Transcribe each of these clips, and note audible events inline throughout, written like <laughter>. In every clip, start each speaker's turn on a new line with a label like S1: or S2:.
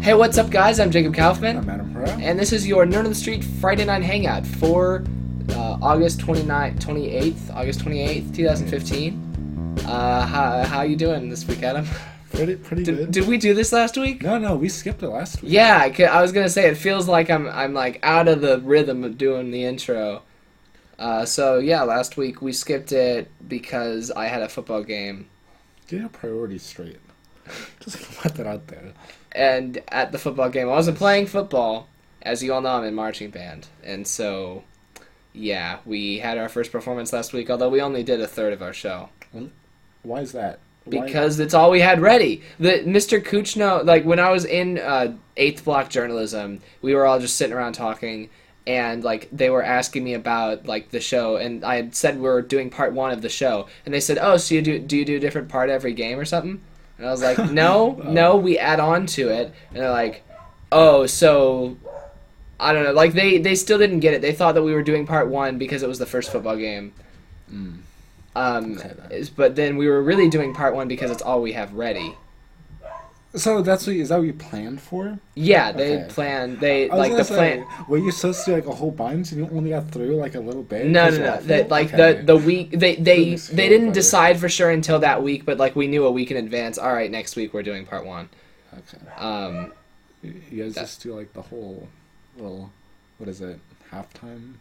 S1: Hey, what's up, guys? I'm Jacob
S2: I'm
S1: Kaufman,
S2: Adam Pereira.
S1: and this is your Nerd on the Street Friday Night Hangout for uh, August 29th, 28th, August 28th, 2015. Uh, how, how you doing this week, Adam?
S2: Pretty, pretty
S1: Did, <laughs>
S2: good.
S1: did we do this last week?
S2: no, no, we skipped it last week.
S1: Yeah, I ca- I was gonna say it feels like I'm I'm like out of the rhythm of doing the intro. Uh, so yeah, last week we skipped it because I had a football game,
S2: Get your priorities straight. <laughs> Just gonna put that out there.
S1: and at the football game I wasn't playing football. As you all know, I'm in marching band, and so yeah, we had our first performance last week. Although we only did a third of our show
S2: Why is that? Why-
S1: because that's all we had ready. The Mr. Kuchno, like when I was in uh, eighth block journalism, we were all just sitting around talking, and like they were asking me about like the show, and I had said we were doing part one of the show, and they said, "Oh, so you do do you do a different part every game or something?" And I was like, "No, no, we add on to it," and they're like, "Oh, so." I don't know. Like they, they still didn't get it. They thought that we were doing part one because it was the first football game.
S2: Mm.
S1: Um,
S2: Okay, then.
S1: is- but then we were really doing part one because it's all we have ready.
S2: so that's what you, is that what you planned for?
S1: Yeah, they
S2: Okay.
S1: planned. They
S2: I was
S1: like
S2: gonna
S1: the
S2: say,
S1: plan.
S2: Were you supposed to do like a whole bunch and you only got through like a little bit?
S1: No, no,
S2: 'Cause you're
S1: no.
S2: awful?
S1: That like
S2: Okay.
S1: the the week they they
S2: Goodness,
S1: they
S2: yeah,
S1: didn't
S2: better.
S1: decide for sure until that week, but like we knew a week in advance. All right, next week we're doing part one.
S2: Okay.
S1: Um,
S2: You guys just do like the whole little, what is it, halftime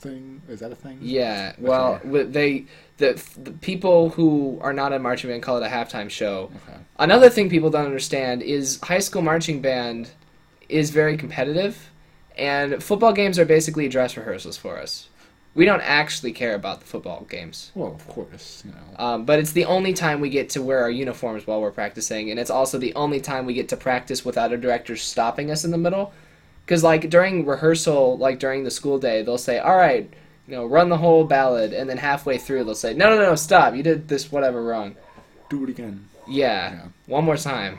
S2: thing? Is that a thing?
S1: yeah. Well, w they the, the people who are not in marching band call it a halftime show.
S2: Okay.
S1: Another thing people don't understand is high school marching band is very competitive, and football games are basically dress rehearsals for us. We don't actually care about the football games,
S2: Well, of course, you know.
S1: um, but it's the only time we get to wear our uniforms while we're practicing, and it's also the only time we get to practice without a director stopping us in the middle. Because like during rehearsal, like during the school day, they'll say, "All right, you know, run the whole ballad," and then halfway through, they'll say, "No, no, no, stop! You did this whatever wrong."
S2: Do it again.
S1: Yeah.
S2: Yeah.
S1: One more time.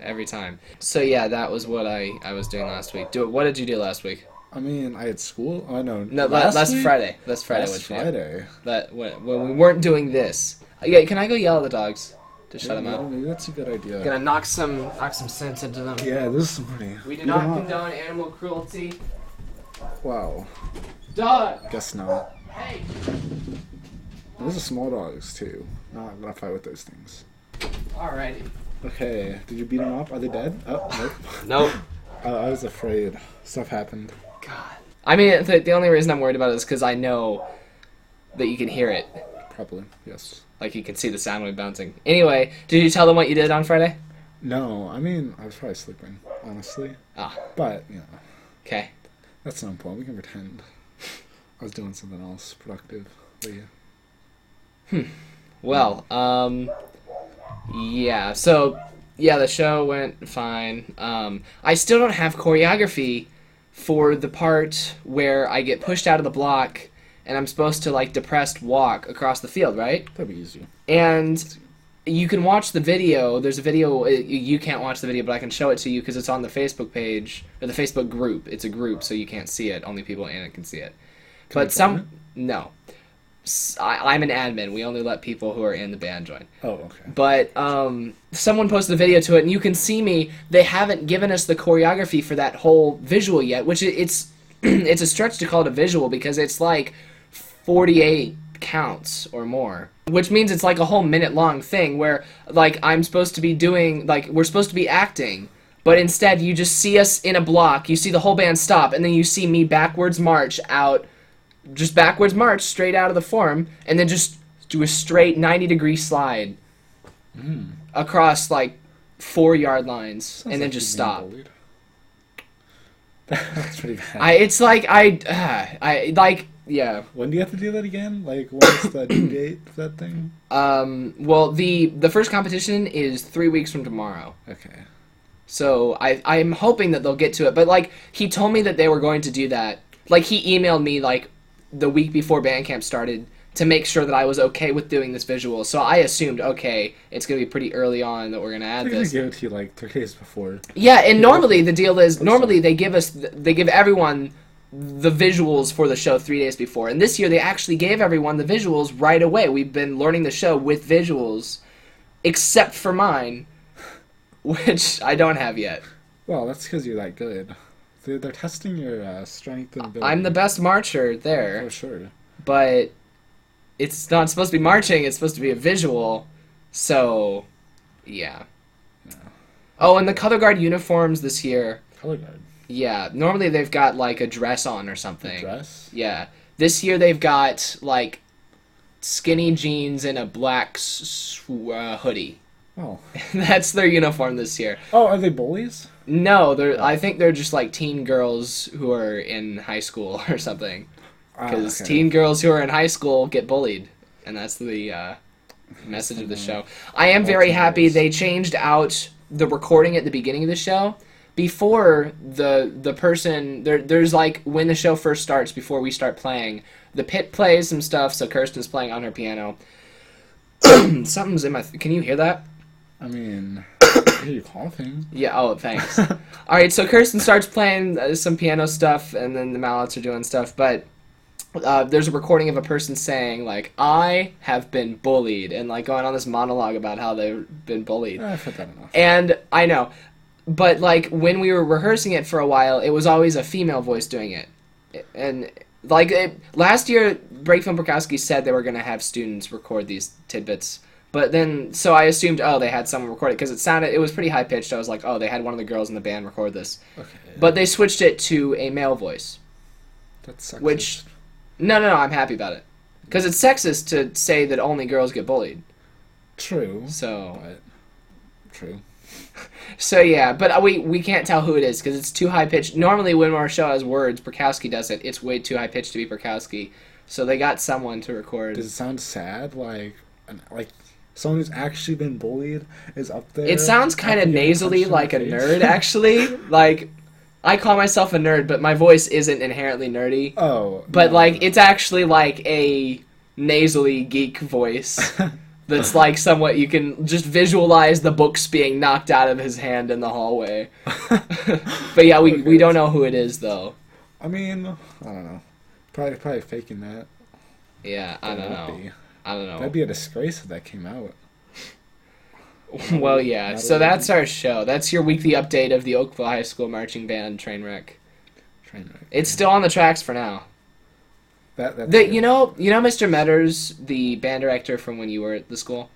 S1: Every time. So yeah, that was what I, I was doing last week. Do what did you do last week?
S2: I mean, I had school. I know.
S1: No, last, last
S2: week?
S1: Friday. Last Friday.
S2: Last
S1: was
S2: Friday.
S1: That when, when we weren't doing this. Uh, Yeah, can I go yell at the dogs to shut them
S2: Yeah,
S1: out?
S2: maybe that's a good idea.
S1: Gonna knock some knock some sense into them.
S2: Yeah, this is pretty.
S1: We do
S2: Beat
S1: not
S2: 'em up.
S1: condone animal cruelty.
S2: Wow.
S1: Dog.
S2: Guess not.
S1: Hey.
S2: Those are small dogs too. Not gonna fight with those things.
S1: Alrighty.
S2: Okay. Did you beat them up? Are they dead? Oh nope. <laughs>
S1: Nope.
S2: I, I was afraid. Stuff happened.
S1: God. I mean, the, the only reason I'm worried about it is because I know that you can hear it.
S2: Probably. Yes.
S1: Like you can see the sound wave bouncing. Anyway, did you tell them what you did on Friday?
S2: No. I mean, I was probably sleeping. Honestly.
S1: Ah,
S2: But you know,
S1: okay.
S2: that's not important. We can pretend. <laughs> I was doing something else productive. But yeah.
S1: Well, um, yeah. So, yeah, the show went fine. Um, I still don't have choreography for the part where I get pushed out of the block and I'm supposed to like depressed walk across the field, right?
S2: That'd be easy.
S1: And you can watch the video. There's a video. uh, You you can't watch the video, but I can show it to you because it's on the Facebook page or the Facebook group. It's a group, so you can't see it. Only people in it can see it.
S2: we
S1: but
S2: join
S1: some no. S- I, am an admin. We only let people who are in the band join.
S2: Oh, okay.
S1: But um, someone posted a video to it, and you can see me. They haven't given us the choreography for that whole visual yet, which i- it's <clears throat> it's a stretch to call it a visual because it's like 48 counts or more which means it's like a whole minute long thing where like i'm supposed to be doing like we're supposed to be acting but instead you just see us in a block you see the whole band stop and then you see me backwards march out just backwards march straight out of the form and then just do a straight 90 degree slide across like four yard lines and then just stop
S2: <laughs> That's pretty bad.
S1: I, it's like I, uh, I <sighs> like yeah.
S2: when do you have to do that again? Like, what's the
S1: <coughs>
S2: due date for that thing?
S1: Um, well, the the first competition is three weeks from tomorrow,
S2: Okay.
S1: so I I'm hoping that they'll get to it. But like he told me that they were going to do that. Like he emailed me like the week before band camp started to make sure that I was okay with doing this visual. So I assumed okay, it's gonna be pretty early on that we're gonna add
S2: They're gonna
S1: this.
S2: give it to you like three days before.
S1: Yeah, and normally the deal is normally they give us they give everyone the visuals for the show three days before, and this year they actually gave everyone the visuals right away. We've been learning the show with <laughs> visuals, except for mine, which I don't have yet.
S2: Well, that's because you're that good. They're, they're testing your uh, strength and ability.
S1: I'm the best marcher
S2: for
S1: there,
S2: sure.
S1: but it's not supposed to be marching. It's supposed to be a visual. So, yeah. Oh, and the color guard uniforms this year.
S2: Color guard
S1: Yeah, normally they've got like a dress on or something.
S2: dress.
S1: Yeah. This year they've got like skinny jeans and a black s- s- uh, hoodie. <laughs>
S2: Oh,
S1: That's their uniform this year.
S2: oh, are they bullies?
S1: No, they're. I think they're just like teen girls who are in high school <laughs> or something.
S2: Ah,
S1: Because
S2: okay.
S1: teen girls who are in high school get bullied, and that's the uh, message of the show. I am very happy they changed out the recording at the beginning of the show. Before the the person there, there's like when the show first starts. Before we start playing, the pit plays some stuff. So Kirsten's playing on her piano. <clears throat> Something's in my. Th- can you hear that? <coughs>
S2: I mean, are you coughing?
S1: Yeah. Oh, thanks. <laughs> All right. So Kirsten starts playing uh, some piano stuff, and then the mallets are doing stuff. But uh, there's a recording of a person saying like, "I have been bullied," and like going on this monologue about how they've been bullied.
S2: I've had that enough.
S1: And I know, but like when we were rehearsing it for a while, it was always a female voice doing it, and like it, last year, Breakfilm Burkowski said they were gonna have students record these tidbits, but then so I assumed oh they had someone record it because it sounded it was pretty high pitched. I was like oh they had one of the girls in the band record this,
S2: Okay,
S1: but they switched it to a male voice,
S2: that's sexist.
S1: which no no no I'm happy about it because it's sexist to say that only girls get bullied.
S2: true,
S1: So
S2: but true.
S1: So yeah, but uh, we we can't tell who it is because it's too high pitched. Normally, when our show has words, Perkowski does it. It's way too high pitched to be Perkowski. So they got someone to record.
S2: Does it sound sad? Like, an, like someone who's actually been bullied is up there.
S1: it sounds kind of
S2: after you
S1: nasally,
S2: punch
S1: like a
S2: them in the
S1: nerd.
S2: face? <laughs>
S1: Actually, like I call myself a nerd, but my voice isn't inherently nerdy.
S2: Oh,
S1: But
S2: no.
S1: like, it's actually like a nasally geek
S2: <laughs>
S1: voice. That's like somewhat you can just visualize the books being knocked out of his hand in the
S2: <laughs>
S1: hallway. <laughs> but yeah, we, we
S2: Okay.
S1: don't know who it is though.
S2: I mean, I don't know. Probably, probably faking that.
S1: Yeah, I
S2: That
S1: don't
S2: would
S1: know.
S2: be-
S1: I don't know.
S2: That'd be a disgrace if that came out.
S1: well, yeah.
S2: That'd
S1: So
S2: be-
S1: that's our show. That's your weekly update of the Oakville High School marching band train wreck.
S2: Train wreck.
S1: It's still on the tracks for now.
S2: That, that's
S1: The,
S2: good.
S1: you know, you know, Mr. Metters, the band director from when you were at the school.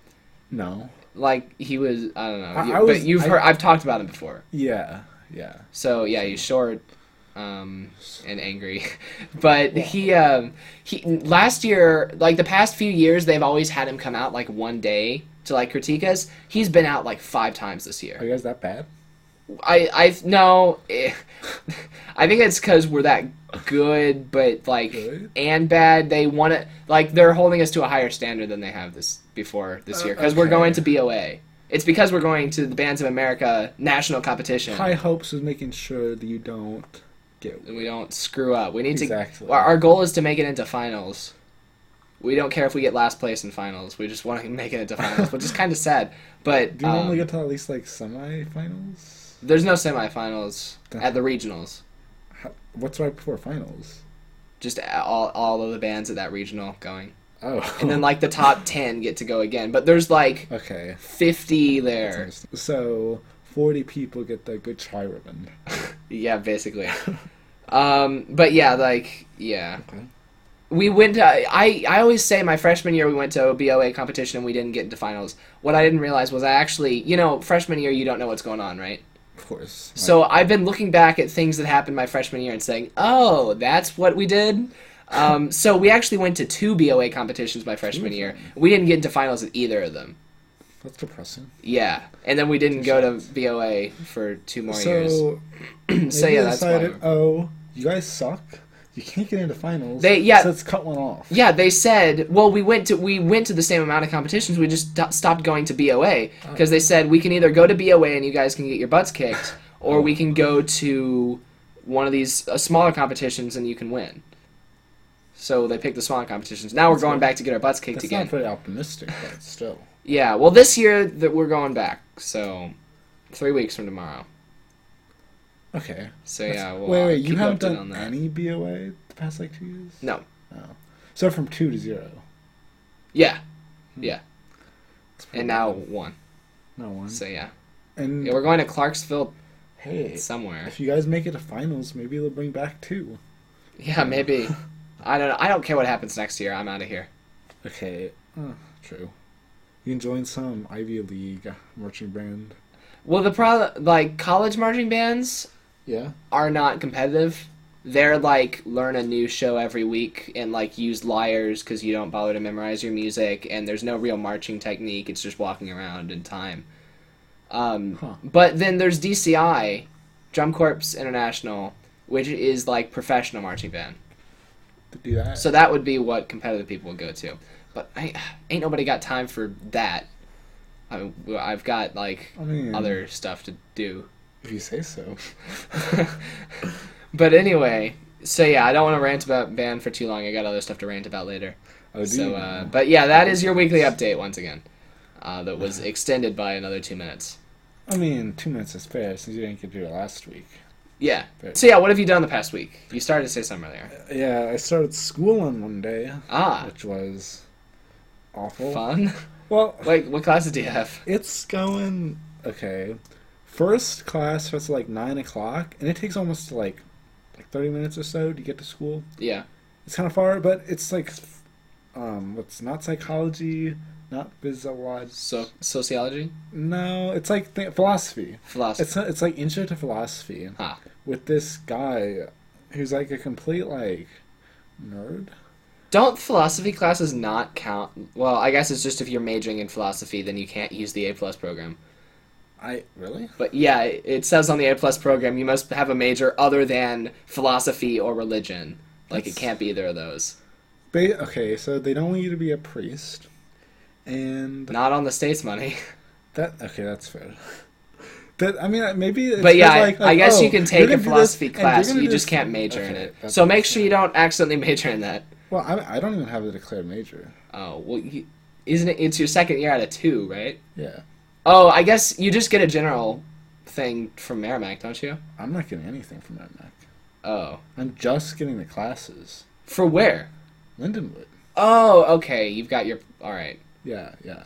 S2: No.
S1: Like he was, I don't know.
S2: I-
S1: you-
S2: I
S1: but
S2: was-
S1: you've
S2: I-
S1: heard, I've talked about him before.
S2: Yeah. Yeah.
S1: So yeah, he's short, um, and angry. <laughs> but he, um, he last year, like the past few years, they've always had him come out like one day to like critique us. He's been out like five times this year.
S2: Are you guys that bad?
S1: I I no, eh, <laughs> I think it's because we're that good, but like
S2: Good?
S1: and bad. They want to like they're holding us to a higher standard than they have this before this
S2: Uh,
S1: year because we're
S2: okay.
S1: going to BOA. It's because we're going to the Bands of America national competition.
S2: High hopes is making sure that you don't get.
S1: And we don't screw up. We need
S2: Exactly.
S1: to. Our, our goal is to make it into finals. We don't care if we get last place in finals. We just want to <laughs> make it into finals, which is kind of sad. But
S2: <laughs> Do you
S1: um,
S2: normally get to at least like semifinals?
S1: there's no semifinals at the regionals.
S2: How, what's right before finals?
S1: just a- all all of the bands at that regional going,
S2: Oh.
S1: <laughs> and then like the top ten get to go again. But there's like
S2: <laughs> okay.
S1: fifty there.
S2: So forty people get the good try ribbon.
S1: Yeah, basically. <laughs> um, but yeah, like yeah,
S2: Okay.
S1: we went. To, I I always say my freshman year we went to a BOA competition and we didn't get into finals. What I didn't realize was I actually you know freshman year you don't know what's going on right.
S2: Of course. Like,
S1: So I've been looking back at things that happened my freshman year and saying, "Oh, that's what we did." Um, so we actually went to two BOA competitions my freshman year. We didn't get into finals at either of them.
S2: that's depressing.
S1: Yeah, and then we didn't go to BOA for two more years.
S2: So
S1: So
S2: maybe
S1: yeah,
S2: they
S1: that's why.
S2: decided, oh, you guys suck. You can't get into finals.
S1: They- yeah.
S2: So let's cut one off.
S1: Yeah, they said, well, we went to we went to the same amount of competitions. We just do- stopped going to BOA
S2: Oh.
S1: because they said we can either go to BOA and you guys can get your butts kicked,
S2: Oh.
S1: or we can go to one of these uh, smaller competitions and you can win. So they picked the smaller competitions. Now we're going back to get our butts kicked
S2: That's
S1: again.
S2: not very optimistic, but still.
S1: yeah, well, this year that we're going back, so three weeks from tomorrow.
S2: Okay.
S1: So
S2: That's-
S1: yeah, we'll
S2: wait,
S1: uh,
S2: wait, you
S1: keep
S2: haven't
S1: updated
S2: done
S1: on that.
S2: any BOA the past like two years?
S1: No.
S2: So from two to zero.
S1: Yeah. Yeah.
S2: It's pretty
S1: Hmm. And now Hmm.
S2: bad.
S1: one.
S2: no one.
S1: So yeah.
S2: and
S1: Yeah, we're going to Clarksville
S2: Hey,
S1: It's somewhere. <laughs>
S2: if you guys make it to finals, maybe they'll bring back two.
S1: Yeah, <laughs> maybe. I don't know. I don't care what happens next year. I'm out of here.
S2: Okay. Uh, true. You can join some Ivy League marching band.
S1: Well, the problem, like college marching bands,
S2: Yeah.
S1: are not competitive. They're like learn a new show every week and like use liars because you don't bother to memorize your music and there's no real marching technique. It's just walking around in time. Um,
S2: Huh.
S1: But then there's DCI, Drum Corps International, which is like professional marching band.
S2: To do that.
S1: So that would be what competitive people would go to. But I, ain't nobody got time for that. I mean, well, I've got like
S2: I mean-
S1: other stuff to do. <laughs>
S2: if you say so.
S1: But anyway, so yeah, I don't want to rant about band for too long. I got other stuff to rant about later.
S2: Oh, do
S1: So,
S2: you
S1: uh,
S2: now?
S1: but yeah, that is your weekly update once again. Uh, that
S2: <sighs>
S1: was extended by another two minutes.
S2: I mean, two minutes is fair since you didn't get to do it last week.
S1: Yeah.
S2: Fair.
S1: So yeah, what have you done the past week? You started to say something earlier.
S2: Yeah, I started school on Monday,
S1: Ah,
S2: which was awful.
S1: fun. <laughs>
S2: Well,
S1: Like, what classes do you have?
S2: it's going okay. First class starts at like nine o'clock, and it takes almost like like thirty minutes or so to get to school.
S1: Yeah.
S2: It's kind of far, but it's like um, what's not psychology, not physiology.
S1: So sociology,
S2: No, it's like th- philosophy.
S1: philosophy.
S2: It's it's like intro to philosophy
S1: Ah,
S2: with this guy who's like a complete like nerd.
S1: Don't philosophy classes not count? Well, I guess it's just if you're majoring in philosophy, then you can't use the A plus program.
S2: I really.
S1: But yeah, it it says on the A plus program you must have a major other than philosophy or religion. Like it
S2: That's-
S1: can't be either of those.
S2: They okay, so they don't want you to be a priest, and
S1: Not on the state's money. <laughs>
S2: that okay, that's fair. <laughs> That I mean, maybe. It's
S1: But yeah,
S2: just
S1: I-
S2: like-
S1: I,
S2: like,
S1: guess
S2: oh,
S1: you can
S2: you're
S1: take
S2: gonna
S1: a
S2: do this,
S1: philosophy
S2: and you're
S1: class.
S2: gonna
S1: You
S2: do
S1: just
S2: this-
S1: can't major in
S2: okay,
S1: it.
S2: that
S1: So
S2: makes
S1: make sure you
S2: sense.
S1: don't accidentally major in that.
S2: Well, I, I don't even have a declared major.
S1: Oh well, you, isn't it? It's your second year out of two, right?
S2: Yeah,
S1: Oh, I guess you just get a general thing from Merrimack, don't you?
S2: I'm not getting anything from Merrimack.
S1: Oh,
S2: I'm just getting the classes.
S1: for where?
S2: Lindenwood.
S1: Oh, okay. You've got your all right.
S2: Yeah, yeah.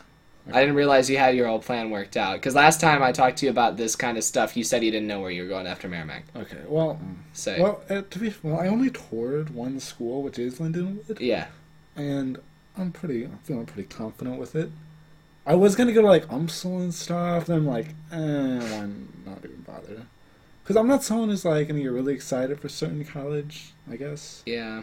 S1: I didn't realize you had your whole plan worked out. Because last time I talked to you about this kind of stuff, you said you didn't know where you were going after Merrimack.
S2: Okay. Well, mm.
S1: So,
S2: well, uh, to be well, I only toured one school, which is Lindenwood,
S1: yeah.
S2: and I'm pretty. I'm feeling pretty confident with it. I was gonna go to like UMSL and stuff, and I'm like, eh, I'm not even bothered. Because I'm not someone who's like gonna get really excited for certain college. I guess
S1: Yeah.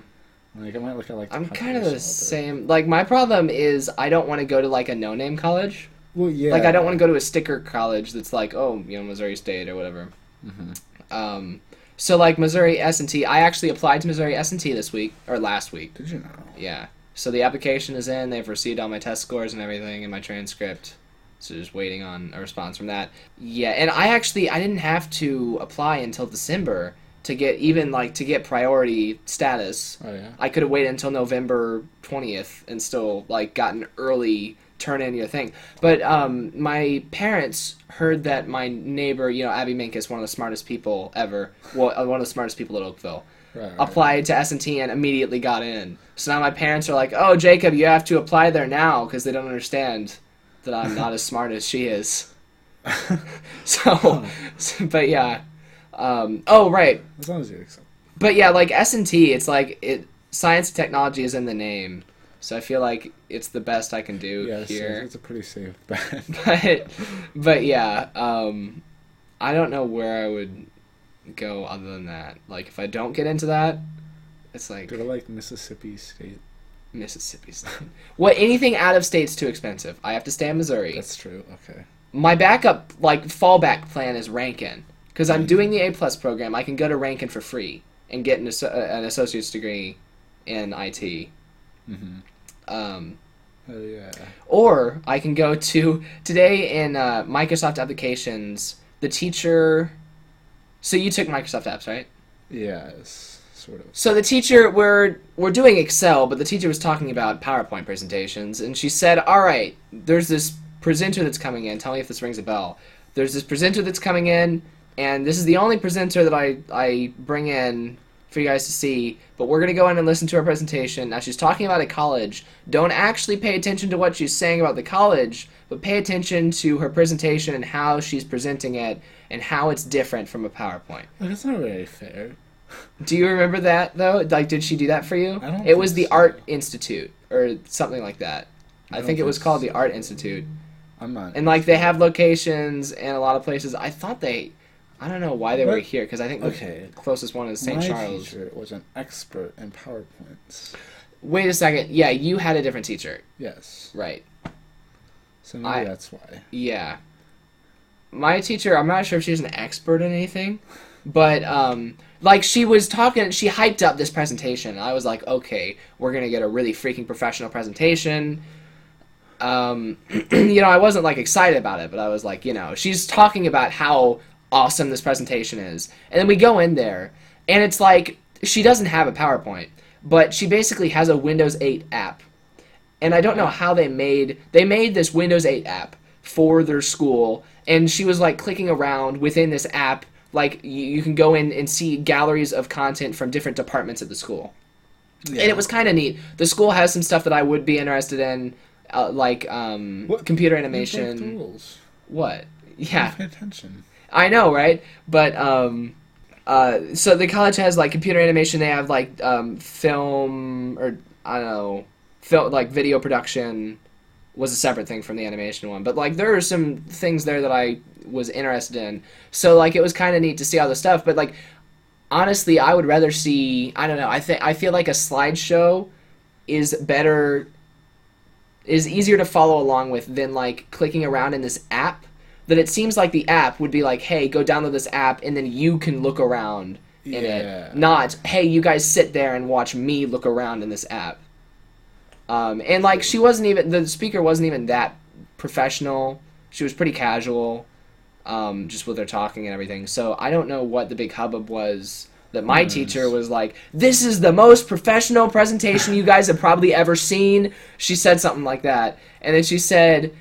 S2: like I might look at like.
S1: I'm kind of the
S2: population
S1: same. Like, my problem is I don't want to go to, like, a no name college.
S2: out there. Well, yeah.
S1: Like, I don't want to go to a sticker college that's like, oh, you know, Missouri State or whatever.
S2: Mhm.
S1: Um, so, like, Missouri S&T. I actually applied to Missouri S&T this week, or last week.
S2: Did you know?
S1: Yeah. So the application is in. They've received all my test scores and everything and my transcript. So just waiting on a response from that. Yeah, and I actually I didn't have to apply until December to get even like to get priority status.
S2: Oh yeah.
S1: I could have waited until November 20th and still like gotten early turn in your thing. But um, my parents heard that my neighbor, you know, Abby Mink is one of the smartest people ever. Well, uh, one of the smartest people at Oakville
S2: Right. right.
S1: applied to S&T and immediately got in. So now my parents are like, "Oh, Jacob, you have to apply there now because they don't understand that I'm not as smart as she is." <laughs> so, <laughs> so- but yeah. Um, oh, right.
S2: As long as you accept.
S1: But yeah, like S&T, it's like it science and technology is in the name. So I feel like it's the best I can do
S2: Yeah, it's,
S1: here. <laughs>
S2: it's a pretty safe <laughs> bet.
S1: But but yeah, um I don't know where I would go other than that. Like if I don't get into that, it's like
S2: go to like Mississippi State.
S1: Mississippi State. well, anything out of state's too expensive. I have to stay in Missouri.
S2: That's true. Okay.
S1: My backup, like fallback plan, is Rankin because I'm doing the A plus program. I can go to Rankin for free and get an, asso- uh, an associate's degree in IT.
S2: Mhm.
S1: Um,
S2: Oh yeah.
S1: or I can go to today in uh, Microsoft applications. The teacher. So you took Microsoft apps, right?
S2: Yeah. It's sort of.
S1: So the teacher, we're we're doing Excel, but the teacher was talking about PowerPoint presentations, and she said, "All right, there's this presenter that's coming in. Tell me if this rings a bell. There's this presenter that's coming in, and this is the only presenter that I I bring in for you guys to see, but we're going to go in and listen to her presentation. Now, she's talking about a college. Don't actually pay attention to what she's saying about the college, but pay attention to her presentation and how she's presenting it and how it's different from a PowerPoint.
S2: Like, it's not very fair.
S1: Do you remember that, though? Like, did she do that for you?
S2: I don't
S1: it was
S2: think
S1: the
S2: so.
S1: Art Institute or something like that. I,
S2: don't
S1: think it was
S2: think
S1: called the
S2: so.
S1: Art Institute.
S2: I'm not.
S1: And, like, they have locations in a lot of places. I thought they. I don't know why they were
S2: What?
S1: here because I think
S2: Okay.
S1: the closest one is St.
S2: my
S1: Charles.
S2: teacher was an expert in PowerPoints.
S1: Wait a second. Yeah, you had a different teacher.
S2: Yes.
S1: Right.
S2: So maybe
S1: I-
S2: that's why.
S1: Yeah. My teacher, I'm not sure if she's an expert in anything, but um like she was talking, she hyped up this presentation. I was like, "Okay, we're going to get a really freaking professional presentation." Um <clears throat> you know, I wasn't like excited about it, but I was like, you know, she's talking about how awesome this presentation is. And then we go in there, and it's like she doesn't have a PowerPoint, but she basically has a Windows 8 app and I don't know how they made they made this Windows 8 app for their school, and she was like clicking around within this app. Like you, you can go in and see galleries of content from different departments at the school, and it was kind of neat. The school has some stuff that I would be interested in, uh, like um,
S2: What?
S1: computer
S2: You broke the
S1: animation.
S2: rules.
S1: What? Yeah,
S2: Pay attention.
S1: I know, right? But um, uh, so the college has like computer animation. They have like um, film or I don't know, film like video production was a separate thing from the animation one. But like there are some things there that I was interested in. So like it was kind of neat to see all the stuff. But like honestly, I would rather see I don't know. I think I feel like a slideshow is better is easier to follow along with than like clicking around in this app that it seems like the app would be like hey go download this app and then you can look around in
S2: Yeah.
S1: it not hey you guys sit there and watch me look around in this app um, and like she wasn't even the speaker wasn't even that professional she was pretty casual um, just with her talking and everything so i don't know what the big hubbub was that my teacher was like this is the most professional presentation you guys have probably ever seen she said something like that and then she said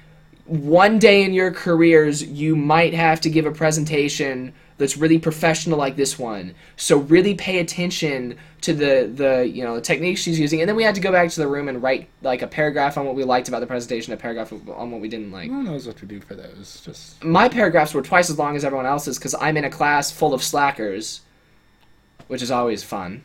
S1: one day in your careers you might have to give a presentation that's really professional like this one so really pay attention to the the you know the techniques she's using and then we had to go back to the room and write like a paragraph on what we liked about the presentation a paragraph on what we didn't like
S2: No one knows what to do for those. Just
S1: my paragraphs were twice as long as everyone else's because i'm in a class full of slackers which is always fun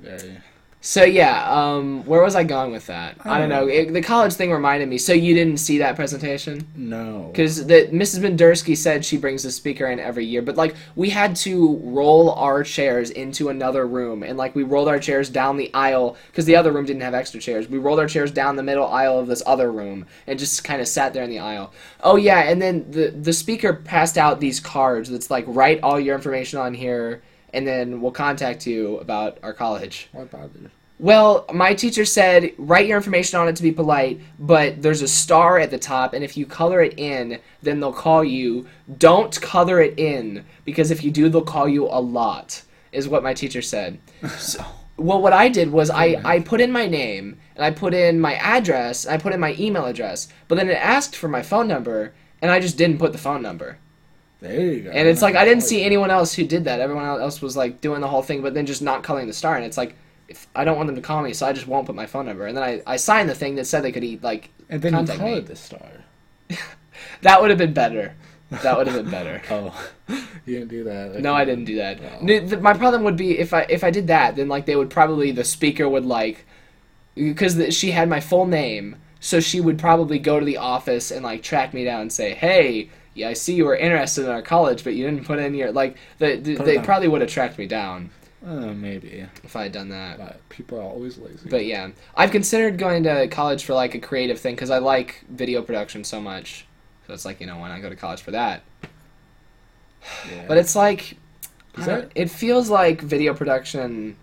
S2: very.
S1: so yeah um, where was i going with that i don't know it, the college thing reminded me so you didn't see that presentation
S2: No.
S1: because that Mrs. Bendersky said she brings a speaker in every year, but like we had to roll our chairs into another room, and like we rolled our chairs down the aisle because the other room didn't have extra chairs. We rolled our chairs down the middle aisle of this other room and just kind of sat there in the aisle. Oh yeah, and then the the speaker passed out these cards that's like write all your information on here, and then we'll contact you about our college.
S2: Why bother?
S1: Well, my teacher said write your information on it to be polite, but there's a star at the top, and if you color it in, then they'll call you. Don't color it in, because if you do, they'll call you a lot, is what my teacher said. So, well, what I did was I, I put in my name, and I put in my address, and I put in my email address, but then it asked for my phone number, and I just didn't put the phone number.
S2: There you go.
S1: And it's like I didn't see anyone else who did that. Everyone else was like doing the whole thing, but then just not calling the star. And it's like, if I don't want them to call me, so I just won't put my phone number. And then I, I signed the thing that said they could eat like
S2: And then you
S1: contact me.
S2: colored the star.
S1: That would have been better. That would have been
S2: <laughs>
S1: better.
S2: Oh, you didn't do that.
S1: No, I didn't do that. N- th- My problem would be if I if I did that, then like they would probably the speaker would like because the, she had my full name, so she would probably go to the office and like track me down and say, "Hey, yeah, I see you were interested in our college, but you didn't put in your like." The, the,
S2: Put it
S1: they
S2: down.
S1: probably would have tracked me down
S2: Uh, maybe,
S1: if I had done that.
S2: but people are always lazy.
S1: But yeah, I've considered going to college for like a creative thing because I like video production so much. So it's like you know why not go to college for that?
S2: yeah.
S1: But it's like
S2: Is
S1: I don't-
S2: that-
S1: it feels like video production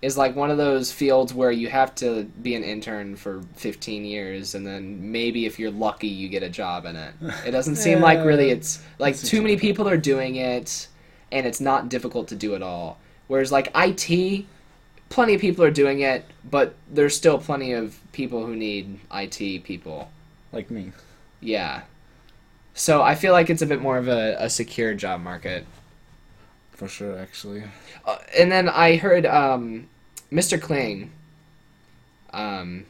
S1: is like one of those fields where you have to be an intern for 15 years and then maybe if you're lucky you get a job in it. It doesn't seem like
S2: <laughs> Yeah.
S1: really it's like
S2: Doesn't
S1: too
S2: seem
S1: many
S2: like-
S1: people are doing it and it's not difficult to do at all. Whereas like IT plenty of people are doing it but there's still plenty of people who need IT people.
S2: like me.
S1: Yeah. So I feel like it's a bit more of a, a secure job market
S2: for sure. Actually,
S1: Uh, and then I heard um, Mr. Kling. Um,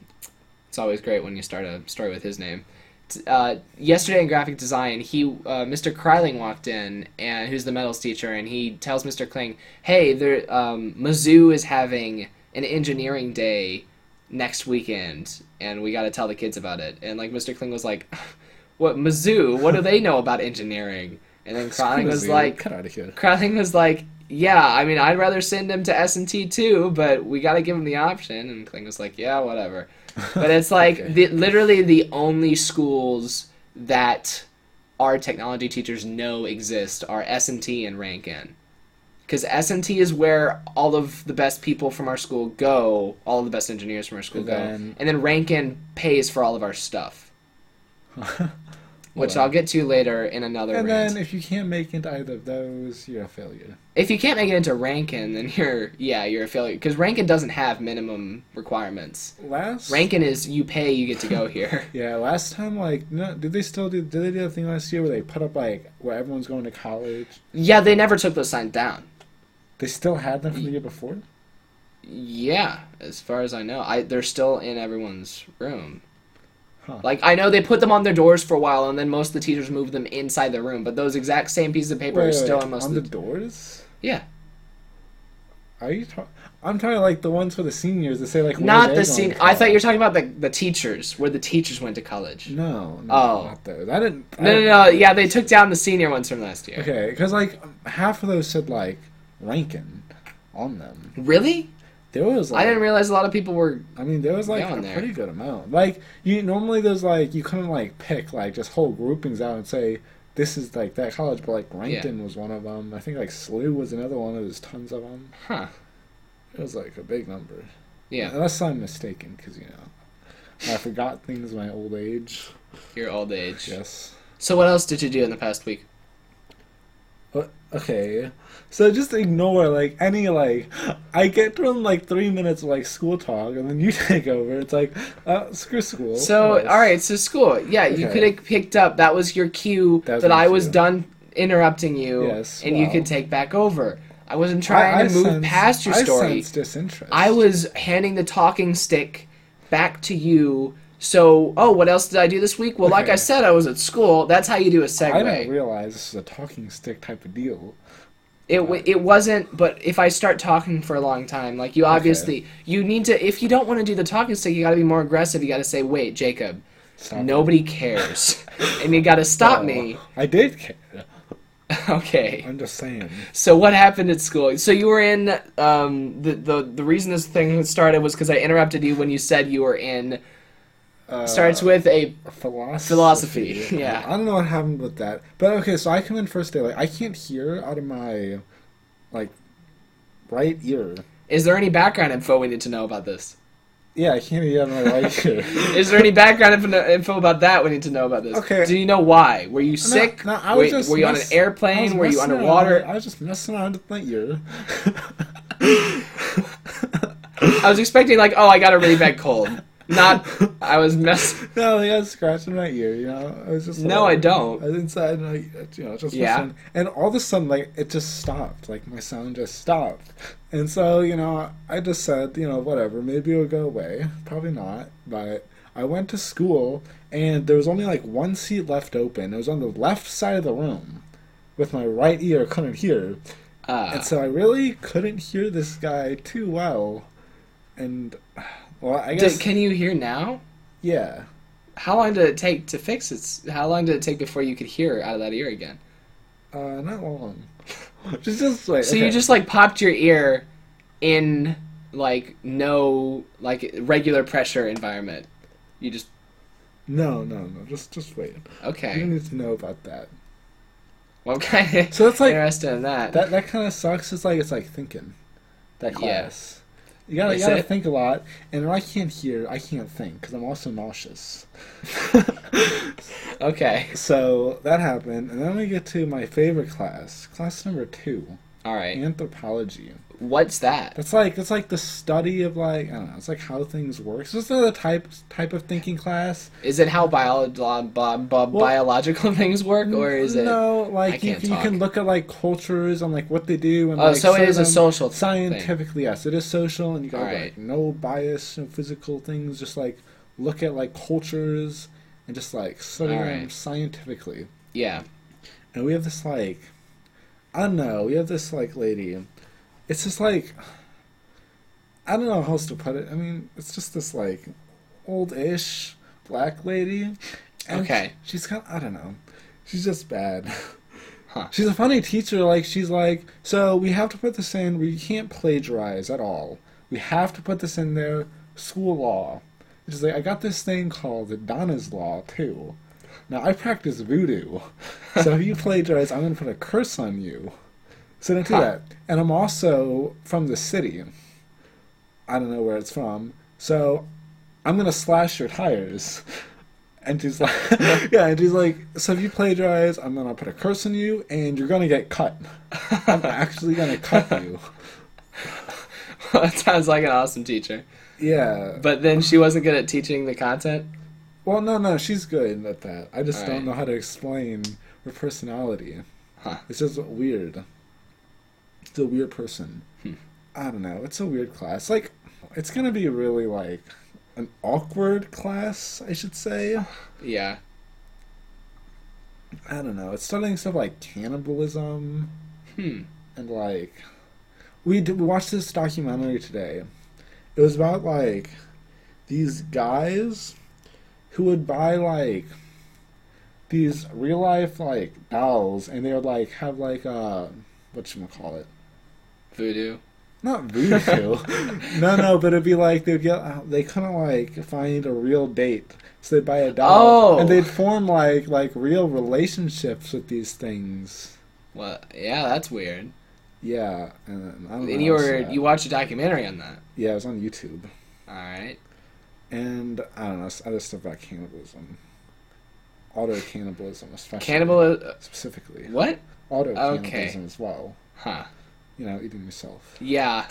S1: it's always great when you start a story with his name. T- Uh, yesterday in graphic design, he uh, Mr. Kryling walked in, and who's the metals teacher, and he tells Mr. Kling, "Hey, there, um, Mizzou is having an engineering day next weekend, and we got to tell the kids about it." And like Mr. Kling was like, <laughs> "What Mizzou? What do they know about engineering?" And then Kryling was
S2: Crazy.
S1: like,
S2: "Get out of here."
S1: Crowling was like, "Yeah, I mean, I'd rather send him to S and T too, but we got to give him the option." And Kling was like, "Yeah, whatever." But
S2: <laughs>
S1: it's like
S2: Okay.
S1: the, literally the only schools that our technology teachers know exist are S and T and Rankin, because S and T is where all of the best people from our school go, all of the best engineers from our school
S2: And
S1: go,
S2: then-
S1: and then Rankin pays for all of our
S2: <laughs>
S1: stuff, which
S2: Wow.
S1: I'll get to later in another.
S2: And
S1: rant.
S2: then if you can't make it to either of those, you're a failure.
S1: If you can't make it into Rankin, then <laughs> you're yeah you're a failure because Rankin doesn't have minimum requirements.
S2: Last
S1: Rankin is you pay you get to go here. <laughs>
S2: Yeah, last time like no, did they still do? Did they do that thing last year where they put up like where everyone's going to college?
S1: yeah, they never took those signs down.
S2: They still had them from the year before.
S1: Yeah, as far as I know, I they're still in everyone's room.
S2: Huh.
S1: Like I know they put them on their doors for a while, and then most of the teachers moved them inside the room. But those exact same pieces of paper
S2: Wait,
S1: are
S2: wait,
S1: still
S2: wait,
S1: on most
S2: on
S1: of
S2: the
S1: the,
S2: doors.
S1: yeah.
S2: Are you talking? I'm talking like the ones for the seniors that say like. where
S1: Not
S2: they're
S1: the
S2: going
S1: scene.
S2: to
S1: I thought you were
S2: college.
S1: talking about the the teachers where the teachers went to college.
S2: No, no,
S1: Oh.
S2: not those. I didn't. I
S1: No, no,
S2: didn't-
S1: no. Yeah, they took down the senior ones from last year.
S2: Okay, because like half of those said like Rankin on them.
S1: Really?
S2: There was like
S1: I didn't realize a lot of people were
S2: I mean, there was like
S1: Going
S2: a
S1: there.
S2: pretty good amount. Like you normally there's like you couldn't like pick like just whole groupings out and say this is like that college, but like Rankin was one of them. I think like SLU was another one. There was tons of them.
S1: Huh.
S2: It was like a big number.
S1: Yeah,
S2: Unless I'm mistaken, because you know I forgot things in my old age.
S1: your old age.
S2: Yes.
S1: So what else did you do in the past week?
S2: O- Okay, so just ignore like any like <gasps> I get through in, like three minutes of like school talk, and then you <laughs> take over. It's like uh, screw school.
S1: So
S2: What else?
S1: all right, so school. Yeah, you
S2: Okay.
S1: could have picked up. That was your cue
S2: That
S1: that,
S2: was my
S1: I was
S2: cue.
S1: done interrupting you,
S2: Yes,
S1: and you
S2: well.
S1: could take back over. I wasn't trying to move
S2: sense-
S1: past your
S2: I
S1: story.
S2: sense disinterest.
S1: I was handing the talking stick back to you. So, oh, what else did I do this week? Well, like
S2: Okay.
S1: I said, I was at school. That's how you do a segue.
S2: I didn't realize this is a talking stick type of deal.
S1: It w- it wasn't, but if I start talking for a long time, like you obviously you need to. If you don't want to do the talking stick, you got to be more aggressive. You got to say, "Wait, Jacob,
S2: Stop
S1: nobody cares," <laughs> and you got to stop me.
S2: uh, I did care.
S1: <laughs> Okay.
S2: I'm just saying.
S1: So what happened at school? So you were in um, the the the reason this thing started was because I interrupted you when you said you were in.
S2: Uh,
S1: Starts with a
S2: philosophy.
S1: philosophy, yeah.
S2: <laughs> I don't know what happened with that, but okay. So I come in first day. Like I can't hear out of my, like, right ear.
S1: is there any background info we need to know about this?
S2: Yeah, I can't hear out of my
S1: <laughs>
S2: right ear.
S1: Is there any background info, info about that we need to know about this?
S2: Okay.
S1: Do you know why? Were you sick?
S2: No, no, I was
S1: were,
S2: just
S1: were you on an
S2: mess- I was
S1: airplane? Were you
S2: messing around.
S1: underwater?
S2: I was just messing around with my ear. <laughs>
S1: I was expecting like, oh, I got a really bad cold. Not, I was mess.
S2: No, they got scratched in my ear. You know, I was just
S1: No, I
S2: like-
S1: don't.
S2: I was inside, and I, you know, just
S1: Yeah.
S2: listening. And all of a sudden, like it just stopped. Like my sound just stopped. And so, you know, I just said, you know, whatever. Maybe it'll go away. Probably not. But I went to school, and there was only like one seat left open. It was on the left side of the room, with my right ear couldn't hear.
S1: Uh,
S2: And so I really couldn't hear this guy too well. And well, I
S1: d-
S2: guess
S1: can you hear now?
S2: yeah.
S1: How long did it take to fix it? How long did it take before you could hear out of that ear again?
S2: Uh, not long. <laughs> just, just wait.
S1: So
S2: okay.
S1: you just like popped your ear in like no like regular pressure environment. You just
S2: no, no, no. Just, just wait. You
S1: okay.
S2: need to know about that.
S1: Well, okay.
S2: Mm. So that's like
S1: interested in that.
S2: that. That kind of sucks. It's like it's like thinking. That
S1: Yeah.
S2: class. You gotta, you
S1: Is
S2: gotta
S1: it?
S2: think a lot, and when I can't hear, I can't think because I'm also nauseous.
S1: Okay.
S2: so that happened, and then we get to my favorite class, class number two,
S1: All right.
S2: anthropology.
S1: What's that?
S2: That's like that's like the study of like I don't know. It's like how things work. It's just another type type of thinking class.
S1: Is it how bio- blah, blah, blah, biological <laughs> things work, or is it?
S2: no? Like
S1: I
S2: you,
S1: can't
S2: you can
S1: talk.
S2: look at like cultures and like what they do. And
S1: Oh,
S2: like,
S1: so it is a
S2: them-
S1: social thing.
S2: Scientifically, yes, it is social, and you got
S1: Alright.
S2: like no bias, no physical things. Just like look at like cultures and just like study them
S1: Alright.
S2: scientifically.
S1: Yeah. <laughs>
S2: and we have this like I don't know, we have this like lady. It's just like I don't know how else to put it. I mean, it's just this like old ish black lady. And
S1: Okay.
S2: sh- She's kind of, I don't know. She's just bad.
S1: <laughs> Huh.
S2: She's a funny teacher. Like, she's like, so we have to put this in. We can't plagiarize at all. We have to put this in there. School law. And She's like, I got this thing called Donna's Law, too. Now, I practice voodoo. So if you plagiarize, I'm going to put a curse on you. So don't do
S1: Huh.
S2: that. And I'm also from the city. I don't know where it's from. So I'm gonna slash your tires. <laughs> And she's like, <laughs> yeah, and she's like, so if you plagiarize, I'm gonna put a curse on you, and you're gonna get cut. <laughs> I'm actually gonna cut
S1: <laughs>
S2: you.
S1: that sounds like an awesome teacher.
S2: Yeah.
S1: But then she wasn't good at teaching the content.
S2: Well, no, no, she's good at that. I just don't
S1: Alright.
S2: know how to explain her personality.
S1: Huh.
S2: It's just weird. It's a weird person.
S1: Hmm.
S2: I don't know. It's a weird class. Like, it's gonna be really like an awkward class, I should say.
S1: Yeah.
S2: I don't know. It's studying stuff like cannibalism
S1: Hmm.
S2: and like we did, we watched this documentary today. It was about like these guys who would buy like these real life like dolls, and they would like have like uh what you call it.
S1: Voodoo.
S2: Not voodoo. no, no, but it'd be like they'd get uh, they couldn't like find a real date, so they'd buy a doll,
S1: Oh.
S2: and they'd form like like real relationships with these things.
S1: Well, yeah, that's weird.
S2: Yeah, and I don't know.
S1: And you
S2: how to
S1: were
S2: say that.
S1: you watched a documentary on that.
S2: yeah, it was on YouTube,
S1: All right.
S2: and I don't know s- other stuff about cannibalism, auto cannibalism, especially
S1: Cannibal. uh,
S2: specifically
S1: What?
S2: auto
S1: Okay.
S2: cannibalism as well.
S1: Huh.
S2: You know, eating yourself. <laughs>
S1: Yeah.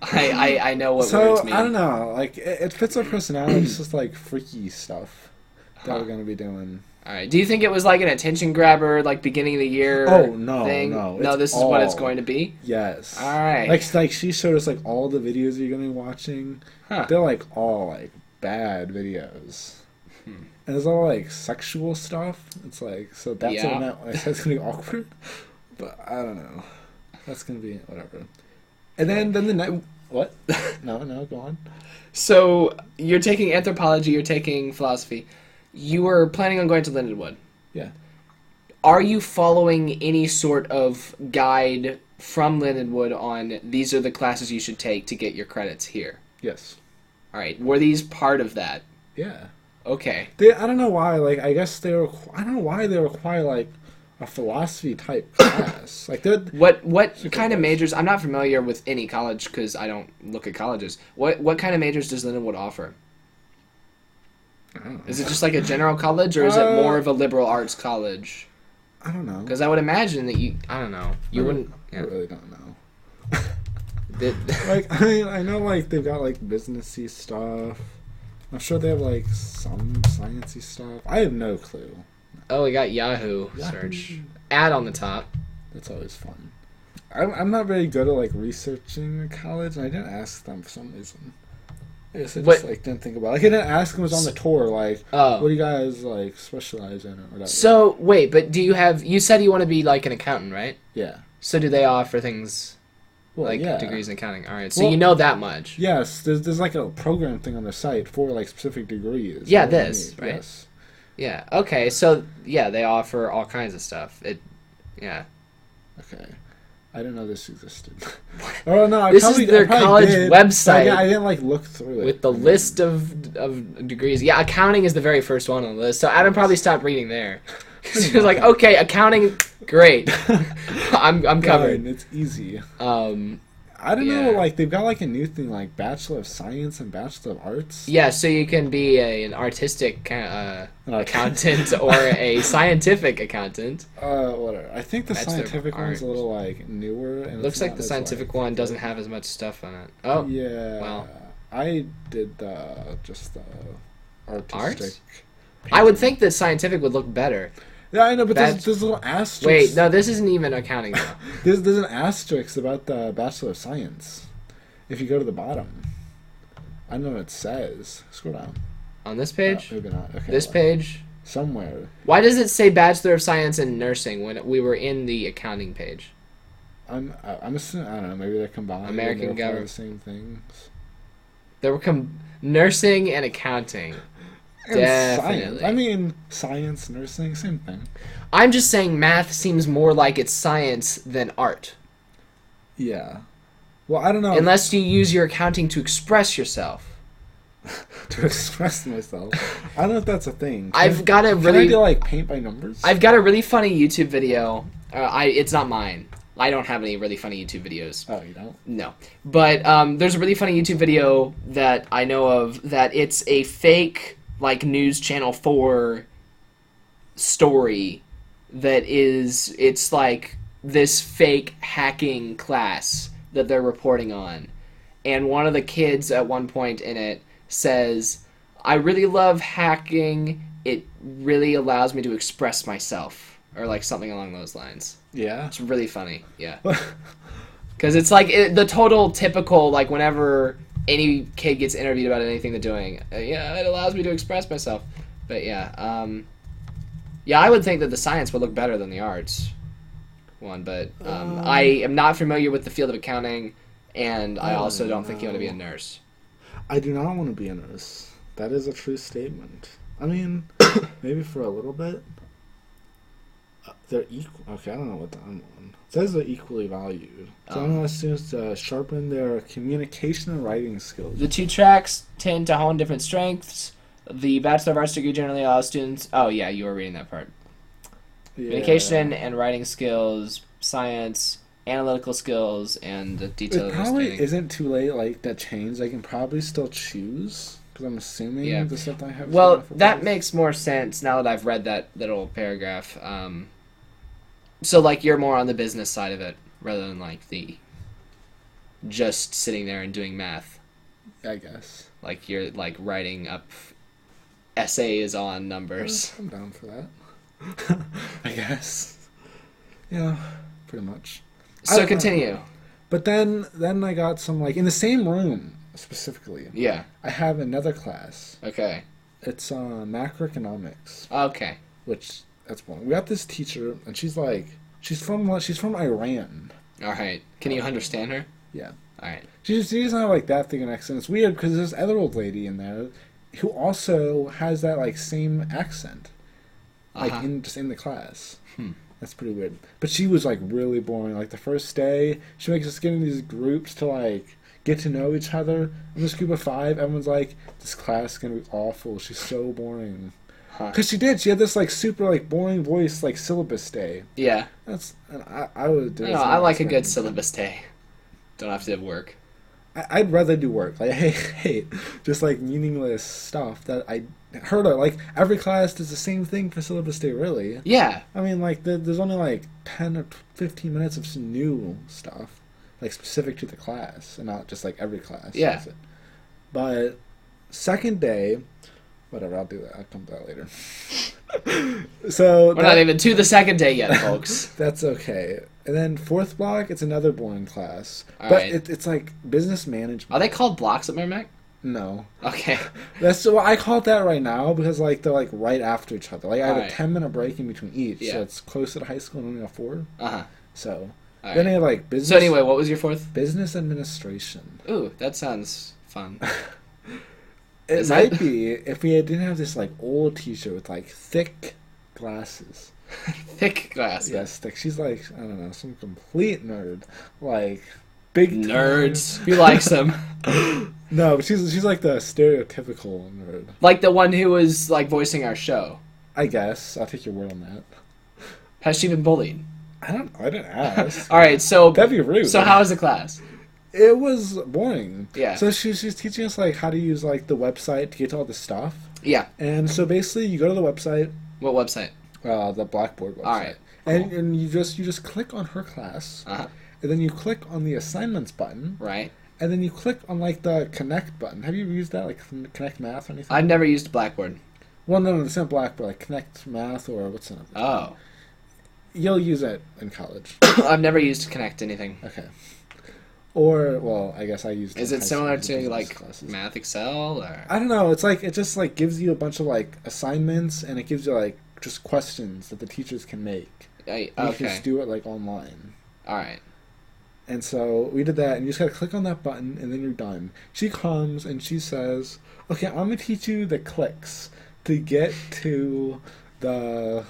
S1: I, I I know what
S2: so
S1: words mean.
S2: I don't know, like it, it fits our personality. it's just like freaky stuff that
S1: Huh.
S2: we're gonna be doing.
S1: All right. Do you think it was like an attention grabber, like beginning of the year?
S2: Oh, no,
S1: thing?
S2: no,
S1: No,
S2: it's
S1: this is what it's
S2: all-
S1: going to be.
S2: Yes.
S1: All right.
S2: Like like she showed us like all the videos you're gonna be watching.
S1: Huh.
S2: They're like all like bad videos.
S1: Hmm.
S2: And it's all like sexual stuff. It's like so that's
S1: Yeah.
S2: what I'm at- I said it's gonna <laughs> be awkward. But I don't know. That's gonna be whatever. And then then the night what? <laughs> no, no, go on.
S1: So you're taking anthropology. You're taking philosophy. You were planning on going to Lindenwood.
S2: Yeah.
S1: Are you following any sort of guide from Lindenwood on these are the classes you should take to get your credits here?
S2: Yes.
S1: All right. Were these part of that?
S2: Yeah.
S1: Okay.
S2: They I don't know why, like I guess they were I don't know why they require like a philosophy type class. like they're
S1: What what kind of majors? I'm not familiar with any college because I don't look at colleges. What what kind of majors does Lindenwood offer? Is it just like a general college, or is it
S2: Uh,
S1: more of a liberal arts college?
S2: I don't know.
S1: Because I would imagine that you, I don't know, you wouldn't.
S2: I
S1: Yeah.
S2: really don't know.
S1: That-
S2: Like <laughs> I mean, I know like they've got like businessy stuff. I'm sure they have like some sciency stuff. I have no clue.
S1: oh, we got Yahoo search ad on the top.
S2: That's always fun. I'm I'm not very good at like researching a college, and I didn't ask them for some reason. I guess I just
S1: What-
S2: like didn't think about. it. Like I didn't ask them. It was on the tour. Like,
S1: Oh.
S2: what do you guys like specialize in or whatever?
S1: So wait, but do you have? You said you want to be like an accountant, right?
S2: yeah,
S1: So do they offer things
S2: well,
S1: like
S2: yeah.
S1: degrees in accounting? All right, so
S2: Well-
S1: you know that much.
S2: Yes, there's there's like a program thing on their site for like specific degrees.
S1: Yeah,
S2: What do you
S1: this,
S2: need?
S1: right?
S2: Yes.
S1: Yeah. Okay. So yeah, they offer all kinds of stuff. It. Yeah.
S2: Okay. I didn't know this existed. <laughs> oh no, I
S1: This is
S2: probably,
S1: their
S2: I probably
S1: college
S2: did,
S1: website.
S2: but I, I didn't like look through it.
S1: With the list of of degrees, yeah, accounting is the very first one on the list. So Adam probably stopped reading
S2: <laughs>
S1: there. <laughs> he was like, "Okay, accounting, great, <laughs> I'm I'm
S2: Fine,
S1: covered."
S2: It's easy.
S1: Um,
S2: I don't know.
S1: Yeah.
S2: Like they've got like a new thing, like Bachelor of Science and Bachelor of Arts.
S1: Yeah, so you can be a, an artistic ki- uh,
S2: Okay.
S1: accountant or
S2: <laughs>
S1: a scientific accountant.
S2: Uh, whatever. I think the
S1: Bachelor of
S2: scientific one's
S1: Arts.
S2: a little like newer. And
S1: Looks
S2: it's
S1: like
S2: not
S1: the
S2: as,
S1: scientific
S2: like-
S1: one doesn't have as much stuff on it. Oh,
S2: Yeah.
S1: Wow.
S2: I did the just the artistic.
S1: I would think that scientific would look better.
S2: Yeah, I know, but there's,
S1: That's-
S2: there's a little asterisk.
S1: Wait, no, this isn't even accounting
S2: <laughs>
S1: though.
S2: There's, there's an asterisk about the Bachelor of Science. If you go to the bottom, I don't know what it says. Scroll down.
S1: on this
S2: No,
S1: page,
S2: maybe not. Okay.
S1: this
S2: well,
S1: page.
S2: Somewhere.
S1: Why does it say Bachelor of Science in Nursing when we were in the accounting page?
S2: I'm I- I'm assuming I don't know. Maybe they're combined. and
S1: American
S2: they're for
S1: government.
S2: The same things.
S1: There were com- nursing and accounting.
S2: And
S1: Definitely.
S2: Science. I mean, science, nursing, same thing.
S1: I'm just saying math seems more like it's science than art.
S2: Yeah. Well, I don't know.
S1: Unless you use your accounting to express yourself.
S2: <laughs> to express myself. I don't know if that's a thing. Can
S1: I've got a
S2: Can I
S1: really
S2: do like paint by numbers?
S1: I've got a really funny YouTube video. Uh, I it's not mine. I don't have any really funny YouTube videos.
S2: Oh, you don't.
S1: No, but um, there's a really funny YouTube video that I know of that it's a fake like news channel four story that is it's like this fake hacking class that they're reporting on, and one of the kids at one point in it says, "I really love hacking. It really allows me to express myself," or like something along those lines.
S2: Yeah.
S1: It's really funny. Yeah. Because it's like it, the total typical, like, whenever any kid gets interviewed about anything they're doing, uh, yeah, it allows me to express myself. But yeah, um, yeah, I would think that the science would look better than the arts one, but um,
S2: Um,
S1: I am not familiar with the field of accounting, and I
S2: I
S1: also
S2: don't
S1: don't think you want to be a
S2: know.
S1: nurse.
S2: I do not want to be a nurse. That is a true statement.
S1: <coughs>
S2: I mean, maybe for a little bit. Uh, They're equal. Okay, I don't know what the, I'm on. It says they're equally valued. So I'm
S1: Um.
S2: going to students to uh, sharpen their communication and writing skills.
S1: The two tracks tend to hone different strengths. The Bachelor of Arts degree generally allows students. Oh, yeah, you were reading that part.
S2: Yeah.
S1: communication and writing skills, science, analytical skills, and detail
S2: It probably
S1: understanding.
S2: isn't too late, like, that change. I can probably still choose, because I'm assuming
S1: Yeah.
S2: the stuff I have. is
S1: well,
S2: enough for
S1: that
S2: both.
S1: makes more sense now that I've read that that old paragraph. Um, so, like, you're more on the business side of it rather than like the just sitting there and doing math.
S2: I guess.
S1: Like, you're like writing up essays on numbers.
S2: I'm down for that. <laughs> I guess. Yeah, pretty much. I don't
S1: So
S2: know.
S1: continue.
S2: But then then I got some like in the same room specifically.
S1: Yeah.
S2: I have another class.
S1: Okay.
S2: It's uh, macroeconomics,
S1: Okay.
S2: which that's one. We got this teacher, and she's like, she's from she's from Iran.
S1: All right. Can you understand her?
S2: Yeah.
S1: All right.
S2: She just she doesn't have like that thing an accent. It's weird because there's this other old lady in there who also has that like same accent, like
S1: Uh-huh. Hmm.
S2: in just in the class. That's pretty weird. But she was like really boring. Like the first day, she makes us get in these groups to like get to know each other. In this group of five, everyone's like, "This class is gonna be awful. She's so boring."
S1: Huh.
S2: Because she did. She had this like super like boring voice like syllabus day.
S1: Yeah.
S2: That's and I I would.
S1: I, don't know, I like a good syllabus day. Don't have to have work.
S2: I- I'd rather do work. Like, <laughs> hey, hey, just like meaningless stuff that I heard of. Like, every class does the same thing for syllabus day, really.
S1: Yeah,
S2: I mean, like, there- there's only like 10 or 15 minutes of some new stuff, like, specific to the class, and not just like every class.
S1: Yeah.
S2: does it. But second day, whatever, I'll do that. I'll come to that later. <laughs> so,
S1: we're
S2: that-
S1: not even to the second day
S2: <laughs>
S1: yet, folks.
S2: that's okay. And then fourth block, it's another boring class.
S1: All
S2: but
S1: right.
S2: it, it's like business management.
S1: Are they called blocks at Merrimack?
S2: No. <laughs>
S1: Okay.
S2: That's so I call it that right now because like they're like right after each other. Like I have a
S1: Alright. ten
S2: ten minute break in between each,
S1: Yeah.
S2: so it's closer to high school and only a four.
S1: Uh huh.
S2: So
S1: All
S2: then I
S1: right.
S2: have like business.
S1: So anyway, what was your fourth?
S2: business administration.
S1: Ooh, that sounds
S2: <laughs>
S1: fun.
S2: It
S1: Is
S2: might
S1: it?
S2: be if we didn't have this like old teacher with like thick glasses.
S1: Thick glasses.
S2: Yes, thick. She's like I don't know some complete nerd, like big time- <laughs>
S1: Nerds. Who likes them?
S2: No, but she's she's like the stereotypical nerd.
S1: like the one who was like voicing our show.
S2: I guess I'll take your word on that.
S1: Has she been bullied?
S2: I don't. I didn't
S1: <laughs>
S2: ask.
S1: All right. So
S2: That'd be rude.
S1: so how was the class?
S2: it was boring.
S1: Yeah.
S2: So she, she's teaching us like how to use like the website to get to all the stuff.
S1: Yeah.
S2: And so basically, you go to the website,
S1: What website?
S2: uh, the Blackboard website,
S1: Alright,
S2: and and you just you just click on her class,
S1: Uh-huh.
S2: and then you click on the assignments button,
S1: Right.
S2: and then you click on like the connect button. Have you used that like con- connect math or anything?
S1: I've never used Blackboard.
S2: well, no, no, it's not Blackboard. Like connect math or what's it?
S1: Oh. <coughs>
S2: You'll use it in college.
S1: I've never used Connect anything.
S2: okay. Or well, I guess I used.
S1: Is
S2: in
S1: it
S2: high
S1: similar
S2: school
S1: to
S2: business
S1: like
S2: classes.
S1: Math Excel or
S2: I don't know. It's like it just like gives you a bunch of like assignments, and it gives you like just questions that the teachers can make.
S1: I,
S2: And You
S1: okay.
S2: can just do it like online.
S1: All right.
S2: And so we did that, and you just gotta click on that button, and then you're done. She comes and she says, "Okay, I'm gonna teach you the clicks to get to the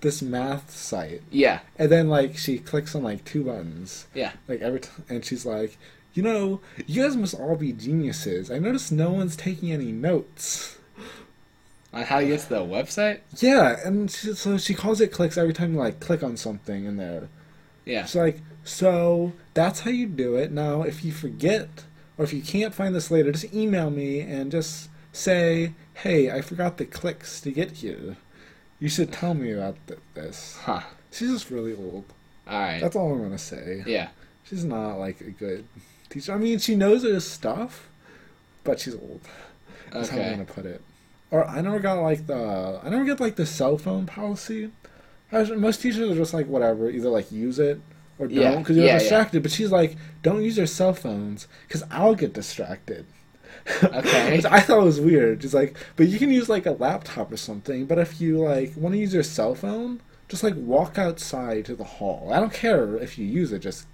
S2: this math site."
S1: Yeah.
S2: And then like she clicks on like two buttons,
S1: Yeah.
S2: like every time, and she's like, "You know, you guys must all be geniuses. I noticed no one's taking any notes."
S1: On how to get to the website?
S2: Yeah, and she, so she calls it clicks every time you like click on something in there.
S1: Yeah.
S2: She's like, so that's how you do it. Now, if you forget or if you can't find this later, just email me and just say, hey, I forgot the clicks to get here. You should tell me about th- this.
S1: Huh.
S2: She's just really old.
S1: All right.
S2: That's all I'm gonna say.
S1: Yeah.
S2: She's not like a good teacher. I mean, she knows her stuff, but she's old. That's how I'm
S1: Okay.
S2: gonna put it. Or I never got like the I never get like the cell phone policy. I was- most teachers are just like whatever, either like use it or don't
S1: Yeah,
S2: because you're
S1: yeah, yeah.
S2: distracted. But she's like, don't use your cell phones because I'll get distracted.
S1: Okay.
S2: <laughs> Which I thought was weird. She's like, but you can use like a laptop or something. But if you like want to use your cell phone, just like walk outside to the hall. I don't care if you use it. Just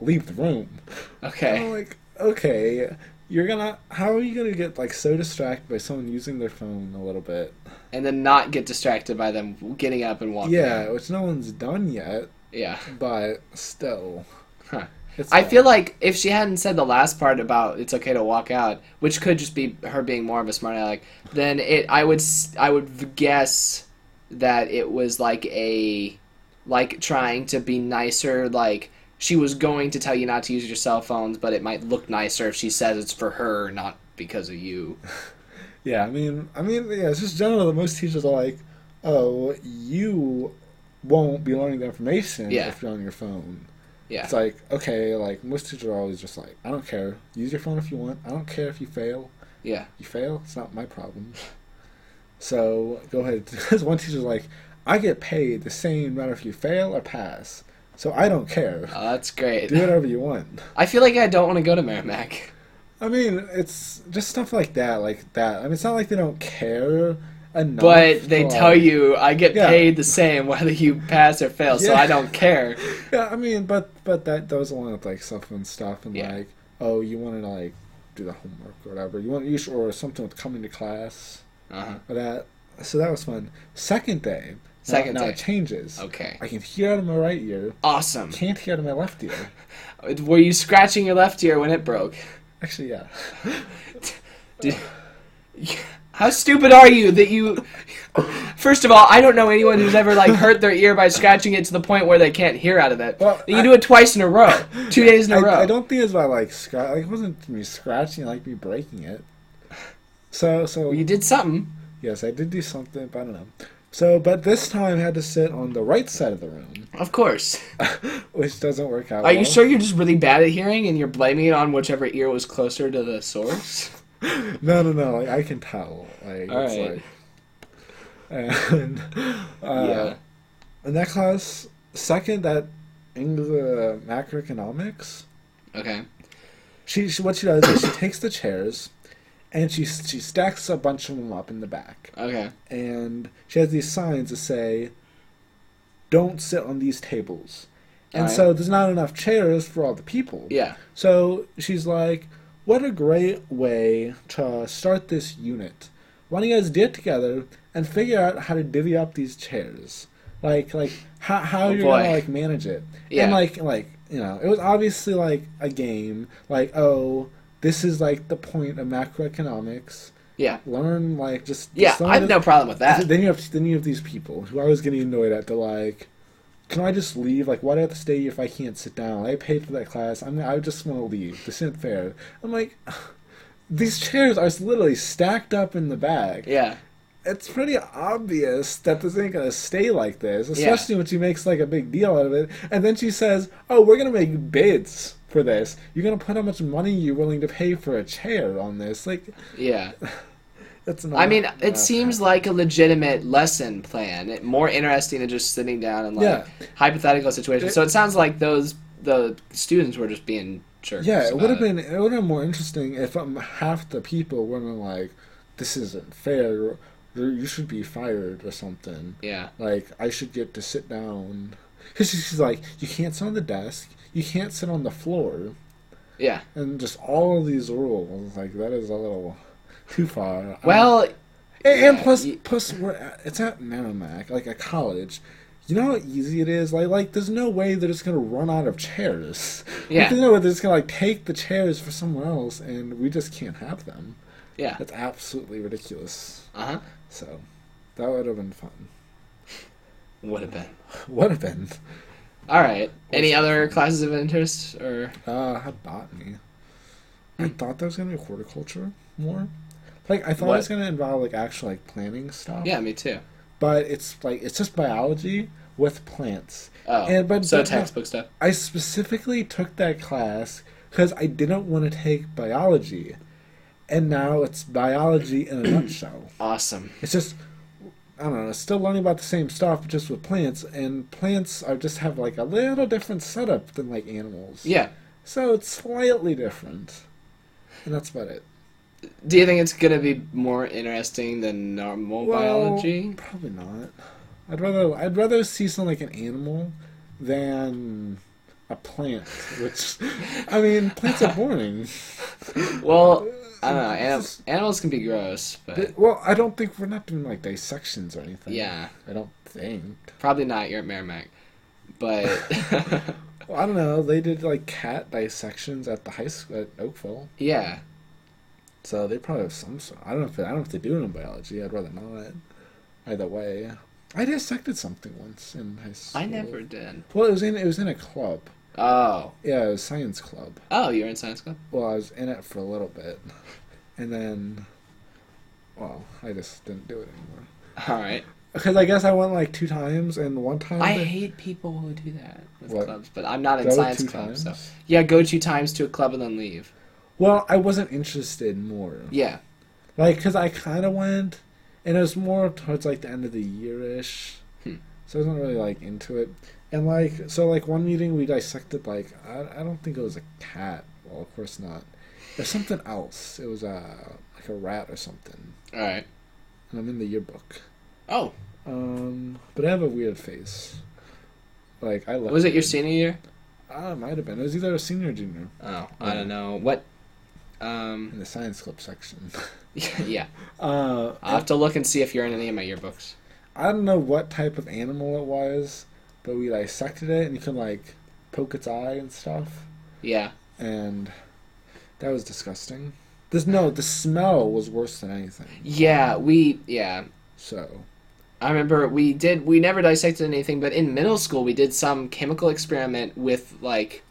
S2: leave the room. I'm
S1: Okay.
S2: like, okay, you're gonna. How are you gonna get like so distracted by someone using their phone a little bit?
S1: And then not get distracted by them getting up and walking.
S2: Yeah, which no one's done yet,
S1: Yeah.
S2: but still,
S1: Huh.
S2: it's
S1: I feel like if she hadn't said the last part about it's okay to walk out, which could just be her being more of a smart aleck, then it I would s- I would guess that it was like a like trying to be nicer like she was going to tell you not to use your cell phones, but it might look nicer if she says it's for her, not because of
S2: <laughs>
S1: you.
S2: yeah. I mean, I mean, yeah. It's just general. that most teachers are like, oh, you won't be learning the information
S1: Yeah.
S2: if you're on your phone.
S1: Yeah.
S2: It's like okay, like most teachers are always just like, I don't care. Use your phone if you want. I don't care if you fail.
S1: yeah.
S2: you fail. It's not my problem. So go ahead. <laughs> Because one teacher's like, I get paid the same no matter if you fail or pass. So I
S1: <laughs>
S2: don't care.
S1: Oh, that's great.
S2: Do whatever you want.
S1: I feel like I don't want to go to Merrimack.
S2: I mean, it's just stuff like that, like that. I mean, it's not like they don't care enough.
S1: But they
S2: to,
S1: tell
S2: like-
S1: you I get
S2: Oh, Yeah.
S1: paid the same whether you pass or fail, so
S2: Yeah.
S1: I don't
S2: <laughs>
S1: care.
S2: Yeah, I mean, but but that goes along with like stuff and stuff, and
S1: Yeah.
S2: like, oh, you want to like do the homework or whatever. You want you should, or something with coming to class
S1: Uh-huh.
S2: or that. So that was fun. Second day. now-
S1: Second
S2: now
S1: day.
S2: it changes.
S1: Okay.
S2: I can hear out of my right ear.
S1: Awesome.
S2: Can't hear out of my left
S1: <laughs>
S2: ear.
S1: Were you scratching your left ear when it broke?
S2: Actually, yeah.
S1: Did... How stupid are you that you? First of all, I don't know anyone who's ever like hurt their ear by scratching it to the point where they can't hear out of it.
S2: Well,
S1: you
S2: I-
S1: do it twice in a row, two days in a row.
S2: I, I don't think it's about like scratch. Like, it wasn't me scratching, like me breaking it. So so
S1: You did something.
S2: yes, I did do something, but I don't know. So but this time I had to sit on the right side of the
S1: <laughs>
S2: room,
S1: Of course.
S2: which doesn't work out.
S1: Are you
S2: well.
S1: sure you're just really bad at hearing and you're blaming it on whichever ear was closer to the source?
S2: No no no. Like I can tell. Like
S1: All
S2: it's
S1: right.
S2: like. And <laughs> uh, in that class, second that English uh, macroeconomics.
S1: yeah. Okay.
S2: She, she what she does is she <coughs> takes the chairs, and she she stacks a bunch of them up in the back,
S1: Okay.
S2: and she has these signs that say, "Don't sit on these tables," and
S1: Alright.
S2: so there's not enough chairs for all the people.
S1: Yeah.
S2: So she's like, "What a great way to start this unit! Why don't you guys get together and figure out how to divvy up these chairs? Like like how how
S1: Oh,
S2: you're
S1: boy.
S2: gonna like manage it?
S1: Yeah.
S2: And like like you know, it was obviously like a game. Like oh, this is like the point of macroeconomics.
S1: Yeah.
S2: Learn like just
S1: Yeah.
S2: just learn
S1: I have
S2: this- <laughs>
S1: no problem with that.
S2: Then you have then you have these people who I was getting annoyed at. They're like, can I just leave? Like, why do I have to stay if I can't sit down? I paid for that class. I'm, I just want to leave. This isn't fair. I'm like, <sighs> these chairs are literally stacked up in the back.
S1: Yeah.
S2: It's pretty obvious that this ain't gonna stay like this,
S1: Yeah.
S2: especially when she makes like a big deal out of it. And then she says, "Oh, we're gonna make bids for this. You're gonna put how much money you're willing to pay for a chair on this." Like,
S1: Yeah.
S2: that's not.
S1: I mean, it
S2: not-
S1: seems like a legitimate lesson plan. It, more interesting than just sitting down and like
S2: Yeah.
S1: hypothetical situations.
S2: It-
S1: so it sounds like those the students were just being jerks.
S2: Yeah, it
S1: about
S2: would have been it would have been more interesting if um, half the people were like, "This isn't fair. You're- You should be fired or something."
S1: Yeah.
S2: Like I should get to sit down. 'Cause she- she's like, "You can't sit on the desk. You can't sit on the floor."
S1: Yeah.
S2: And just all of these rules, like that is a little too far. I
S1: Well,
S2: don't- and, and
S1: yeah,
S2: plus,
S1: you-
S2: plus we're at, it's at Merrimack, like a college. You know how easy it is. Like, like there's no way they're just gonna run out of chairs. <laughs>
S1: Yeah.
S2: There's no way they're just gonna like take the chairs for somewhere else, and we just can't have them.
S1: yeah.
S2: That's absolutely ridiculous.
S1: Uh huh.
S2: So, that would have been fun. <laughs>
S1: Would have been.
S2: Would have been.
S1: All right. Any other classes of interest or?
S2: Uh, I had botany. I thought there was gonna be horticulture more. Like I thought it was
S1: Mm. What?
S2: gonna involve like actual like planting stuff.
S1: Yeah, me too.
S2: But it's like it's just biology with plants.
S1: Oh,
S2: And- but-
S1: so
S2: but-
S1: textbook stuff.
S2: I specifically took that class because I didn't want to take biology, and now it's biology
S1: <clears throat>
S2: in a nutshell.
S1: Awesome.
S2: It's just I don't know. It's still learning about the same stuff, but just with plants. And plants are just have like a little different setup than like animals.
S1: Yeah.
S2: So it's slightly different. And that's about it.
S1: Do you think it's gonna be more interesting than normal biology?
S2: Probably not. I'd rather I'd rather see something like an animal than a plant, which <laughs> I mean, plants
S1: <laughs>
S2: are boring.
S1: Well, I don't know. Anim-
S2: uh, This is-
S1: animals can be gross, but
S2: But- Uh, well, I don't think we're not doing like dissections or anything.
S1: yeah,
S2: I don't think.
S1: probably not. You're at Merrimack, but <laughs>
S2: Well, I don't know. They did like cat dissections at the high school at Oakville,
S1: yeah,
S2: so they probably have some. sort. I don't know if they, I don't know if they do it in biology. I'd rather not. Either way, I dissected something once in high school.
S1: I never did.
S2: Well, it was in it was in a club.
S1: Oh,
S2: Yeah, it was science club.
S1: oh, you're in science club.
S2: Well, I was in it for a little bit, and then, well, I just didn't do it anymore.
S1: All right.
S2: Because I guess I went like two times, and one time
S1: I
S2: they-
S1: hate people who do that with
S2: What?
S1: clubs, but I'm not in
S2: Go
S1: science
S2: two
S1: club, so
S2: times?
S1: yeah, go two times to a club and then leave.
S2: Well, I wasn't interested more.
S1: Yeah,
S2: Like, because I kind of went, and it was more towards like the end of the year ish.
S1: Hmm.
S2: So I wasn't really like into it. And like, so like one meeting we dissected, like, I, I don't think it was a cat. Well, of course not. It was something else. It was uh, like a rat or something.
S1: all right.
S2: And I'm in the yearbook.
S1: Oh,
S2: Um, but I have a weird face. Like, I look.
S1: was it your senior year?
S2: Ah, it might have been. It was either a senior or junior
S1: Oh, I don't know what. Um,
S2: in the science club section.
S1: <laughs> yeah,
S2: uh,
S1: I'll have to look and see if you're in any of my yearbooks.
S2: I don't know what type of animal it was, but we dissected it and you can like poke its eye and stuff,
S1: Yeah.
S2: and that was disgusting. There's no the smell was worse than anything.
S1: Yeah, we yeah.
S2: So
S1: I remember we did we never dissected anything, but in middle school we did some chemical experiment with like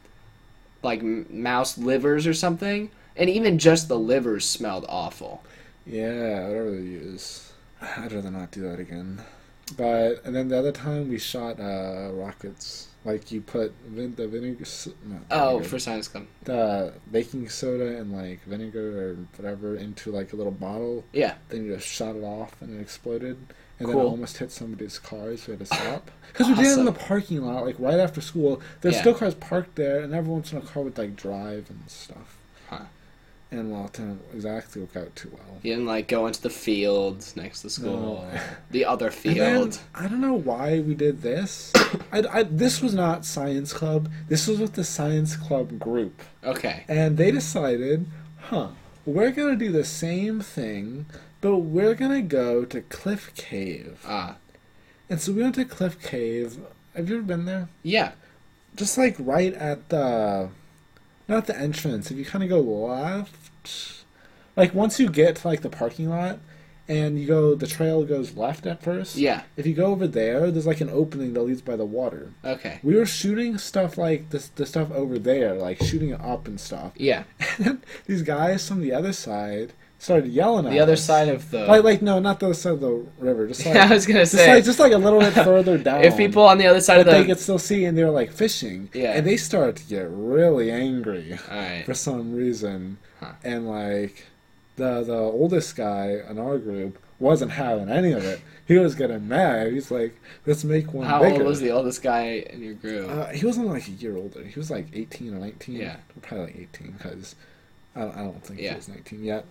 S1: like m- mouse livers or something, and even just the livers smelled awful.
S2: yeah, whatever they use, I'd rather not do that again. But and then the other time we shot uh, rockets. Like you put vin- the vinegar. s- No,
S1: Oh,
S2: vinegar.
S1: for science club.
S2: the baking soda and like vinegar or whatever into like a little bottle.
S1: Yeah.
S2: Then you just shot it off and it exploded. And then it
S1: Cool.
S2: almost hit somebody's car, so we had
S1: <sighs>
S2: to stop. Because we did it in
S1: Awesome.
S2: the parking lot, like right after school. There's
S1: Yeah.
S2: still cars parked there, and every once in a car would like drive and stuff.
S1: Huh.
S2: And well, it didn't exactly work out too well.
S1: You didn't like go into the field next to school,
S2: No.
S1: the
S2: <laughs>
S1: other
S2: And then,
S1: field.
S2: I don't know why we
S1: <coughs>
S2: did this. I, I, this was not science club. This was with the science club group.
S1: Okay.
S2: And they decided, huh, we're going to do the same thing, but we're going to go to Cliff Cave.
S1: Ah.
S2: And so we went to Cliff Cave. Have you ever been there?
S1: yeah.
S2: Just like right at the. Not the entrance. If you kind of go left. Like once you get to like the parking lot, and you go the trail goes left at first.
S1: Yeah.
S2: If you go over there, there's like an opening that leads by the water.
S1: Okay.
S2: We were shooting stuff like this the stuff over there, like shooting it up and stuff. <laughs>
S1: Yeah.
S2: These guys from the other side started yelling at
S1: The other
S2: us.
S1: side of the.
S2: like like no, not the other side of the river, just
S1: <laughs>
S2: like
S1: I was gonna
S2: just like
S1: say,
S2: just like a little bit further
S1: <laughs>
S2: down.
S1: if people on the other side of
S2: they
S1: the.
S2: could still see and they were like fishing.
S1: Yeah.
S2: And they started to get really angry <laughs>
S1: All right.
S2: for some reason.
S1: Huh.
S2: And like the the oldest guy in our group wasn't having any of it. He was getting mad. He's like, let's make one
S1: How
S2: bigger.
S1: old was the oldest guy in your group?
S2: Uh, he wasn't like a year older. He was like 18 or 19.
S1: Yeah.
S2: Probably like 18 because I, don't- I don't think
S1: Yeah.
S2: he was 19 yet.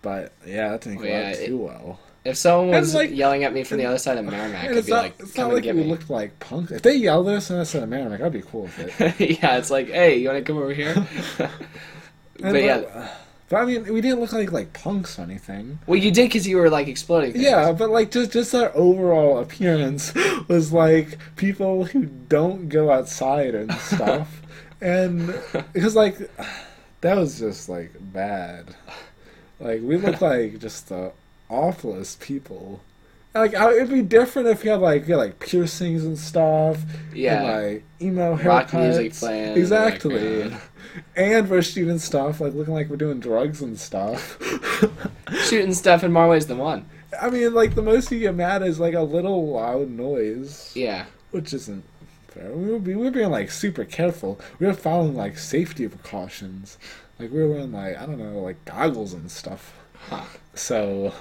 S2: But yeah, that didn't
S1: Oh,
S2: go
S1: yeah,
S2: out
S1: it-
S2: too well.
S1: if someone
S2: And,
S1: was
S2: like-
S1: yelling at me from the other side of Merrimack,
S2: And
S1: I'd
S2: it's
S1: be
S2: not,
S1: like,
S2: it's
S1: come
S2: not
S1: and
S2: like
S1: get
S2: we
S1: me.
S2: looked like punks. If they yelled at us and I said American, I'd be cool with
S1: <laughs>
S2: it.
S1: yeah, it's like, hey, you want to come over here? <laughs>
S2: And,
S1: but yeah,
S2: uh, but I mean, we didn't look like like punks or anything.
S1: well, you did because you were like exploding. things.
S2: Yeah, but like just just our overall appearance <laughs> was like people who don't go
S1: <laughs>
S2: outside and stuff, and because like that was just like bad. Like
S1: <laughs>
S2: we looked like just the awfulest people. Like I, it'd be different if you had like you had, like piercings and stuff.
S1: Yeah.
S2: And, like emo haircuts.
S1: Rock music playing in the
S2: Exactly.
S1: background.
S2: And we're shooting stuff like looking like we're doing drugs
S1: <laughs>
S2: and stuff.
S1: shooting stuff in more ways than one.
S2: I mean, like the most you get mad is like a little loud noise,
S1: Yeah,
S2: which isn't fair. We were, be- we were being like super careful. We were following like safety precautions. Like we were wearing like I don't know like goggles and stuff.
S1: Huh.
S2: So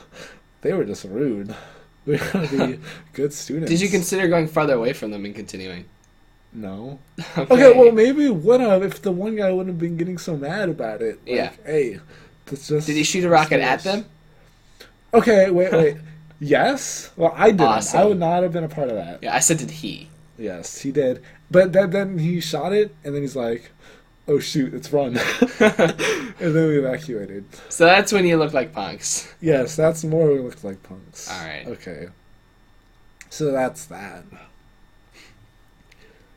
S2: they were just rude. <laughs> We were gonna
S1: <laughs>
S2: be good students.
S1: Did you consider going farther away from them and continuing? <laughs>
S2: no? Okay, well maybe would have if the one guy wouldn't have been getting so mad about it. Like,
S1: Yeah.
S2: Hey, that's just.
S1: Did he shoot a rocket at them?
S2: Okay.
S1: <laughs>
S2: Wait. Wait. yes. Well, I didn't. I
S1: Awesome.
S2: would not have been a part of that.
S1: Yeah, I said, did he? <laughs>
S2: Yes, he did. But then, then he shot it, and then he's like, "Oh shoot, it's run!" <laughs> and then we evacuated.
S1: So that's when you look like punks.
S2: Yes, that's more we looked like punks.
S1: All right.
S2: Okay. So that's that.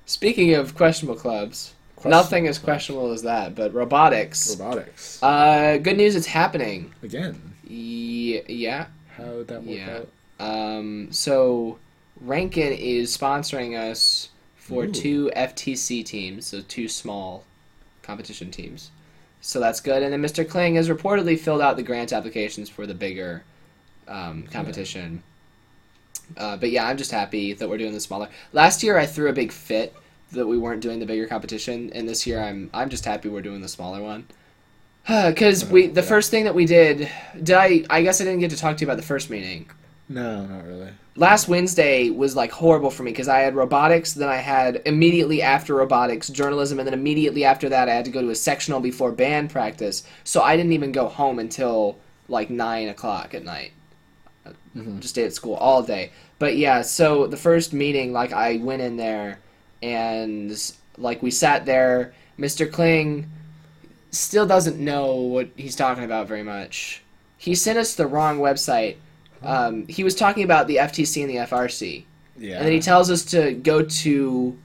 S1: Speaking of questionable clubs,
S2: Questionable
S1: nothing as
S2: clubs.
S1: questionable as that, but robotics.
S2: Robotics
S1: Uh, good news, it's happening.
S2: again.
S1: Ye- yeah.
S2: How would that work
S1: Yeah.
S2: out?
S1: Um, so Rankin is sponsoring us for
S2: Ooh.
S1: two FTC teams, so two small competition teams. So that's good. And then Mr. Kling has reportedly filled out the grant applications for the bigger um, competition. Uh, but yeah, I'm just happy that we're doing the smaller. Last year I threw a big fit that we weren't doing the bigger competition, and this year I'm I'm just happy we're doing the smaller one. <sighs> Because we the
S2: Uh, yeah.
S1: first thing that we did, did I? I guess I didn't get to talk to you about the first meeting
S2: No, not really.
S1: last Wednesday was like horrible for me because I had robotics, then I had immediately after robotics journalism, and then immediately after that I had to go to a sectional before band practice. So I didn't even go home until like nine o'clock at night. Just stayed at school all day. But yeah, so the first meeting, like I went in there and like we sat there. Mr. Kling still doesn't know what he's talking about very much. He sent us the wrong website. Um, he was talking about the FTC and the FRC,
S2: Yeah.
S1: and then he tells us to go to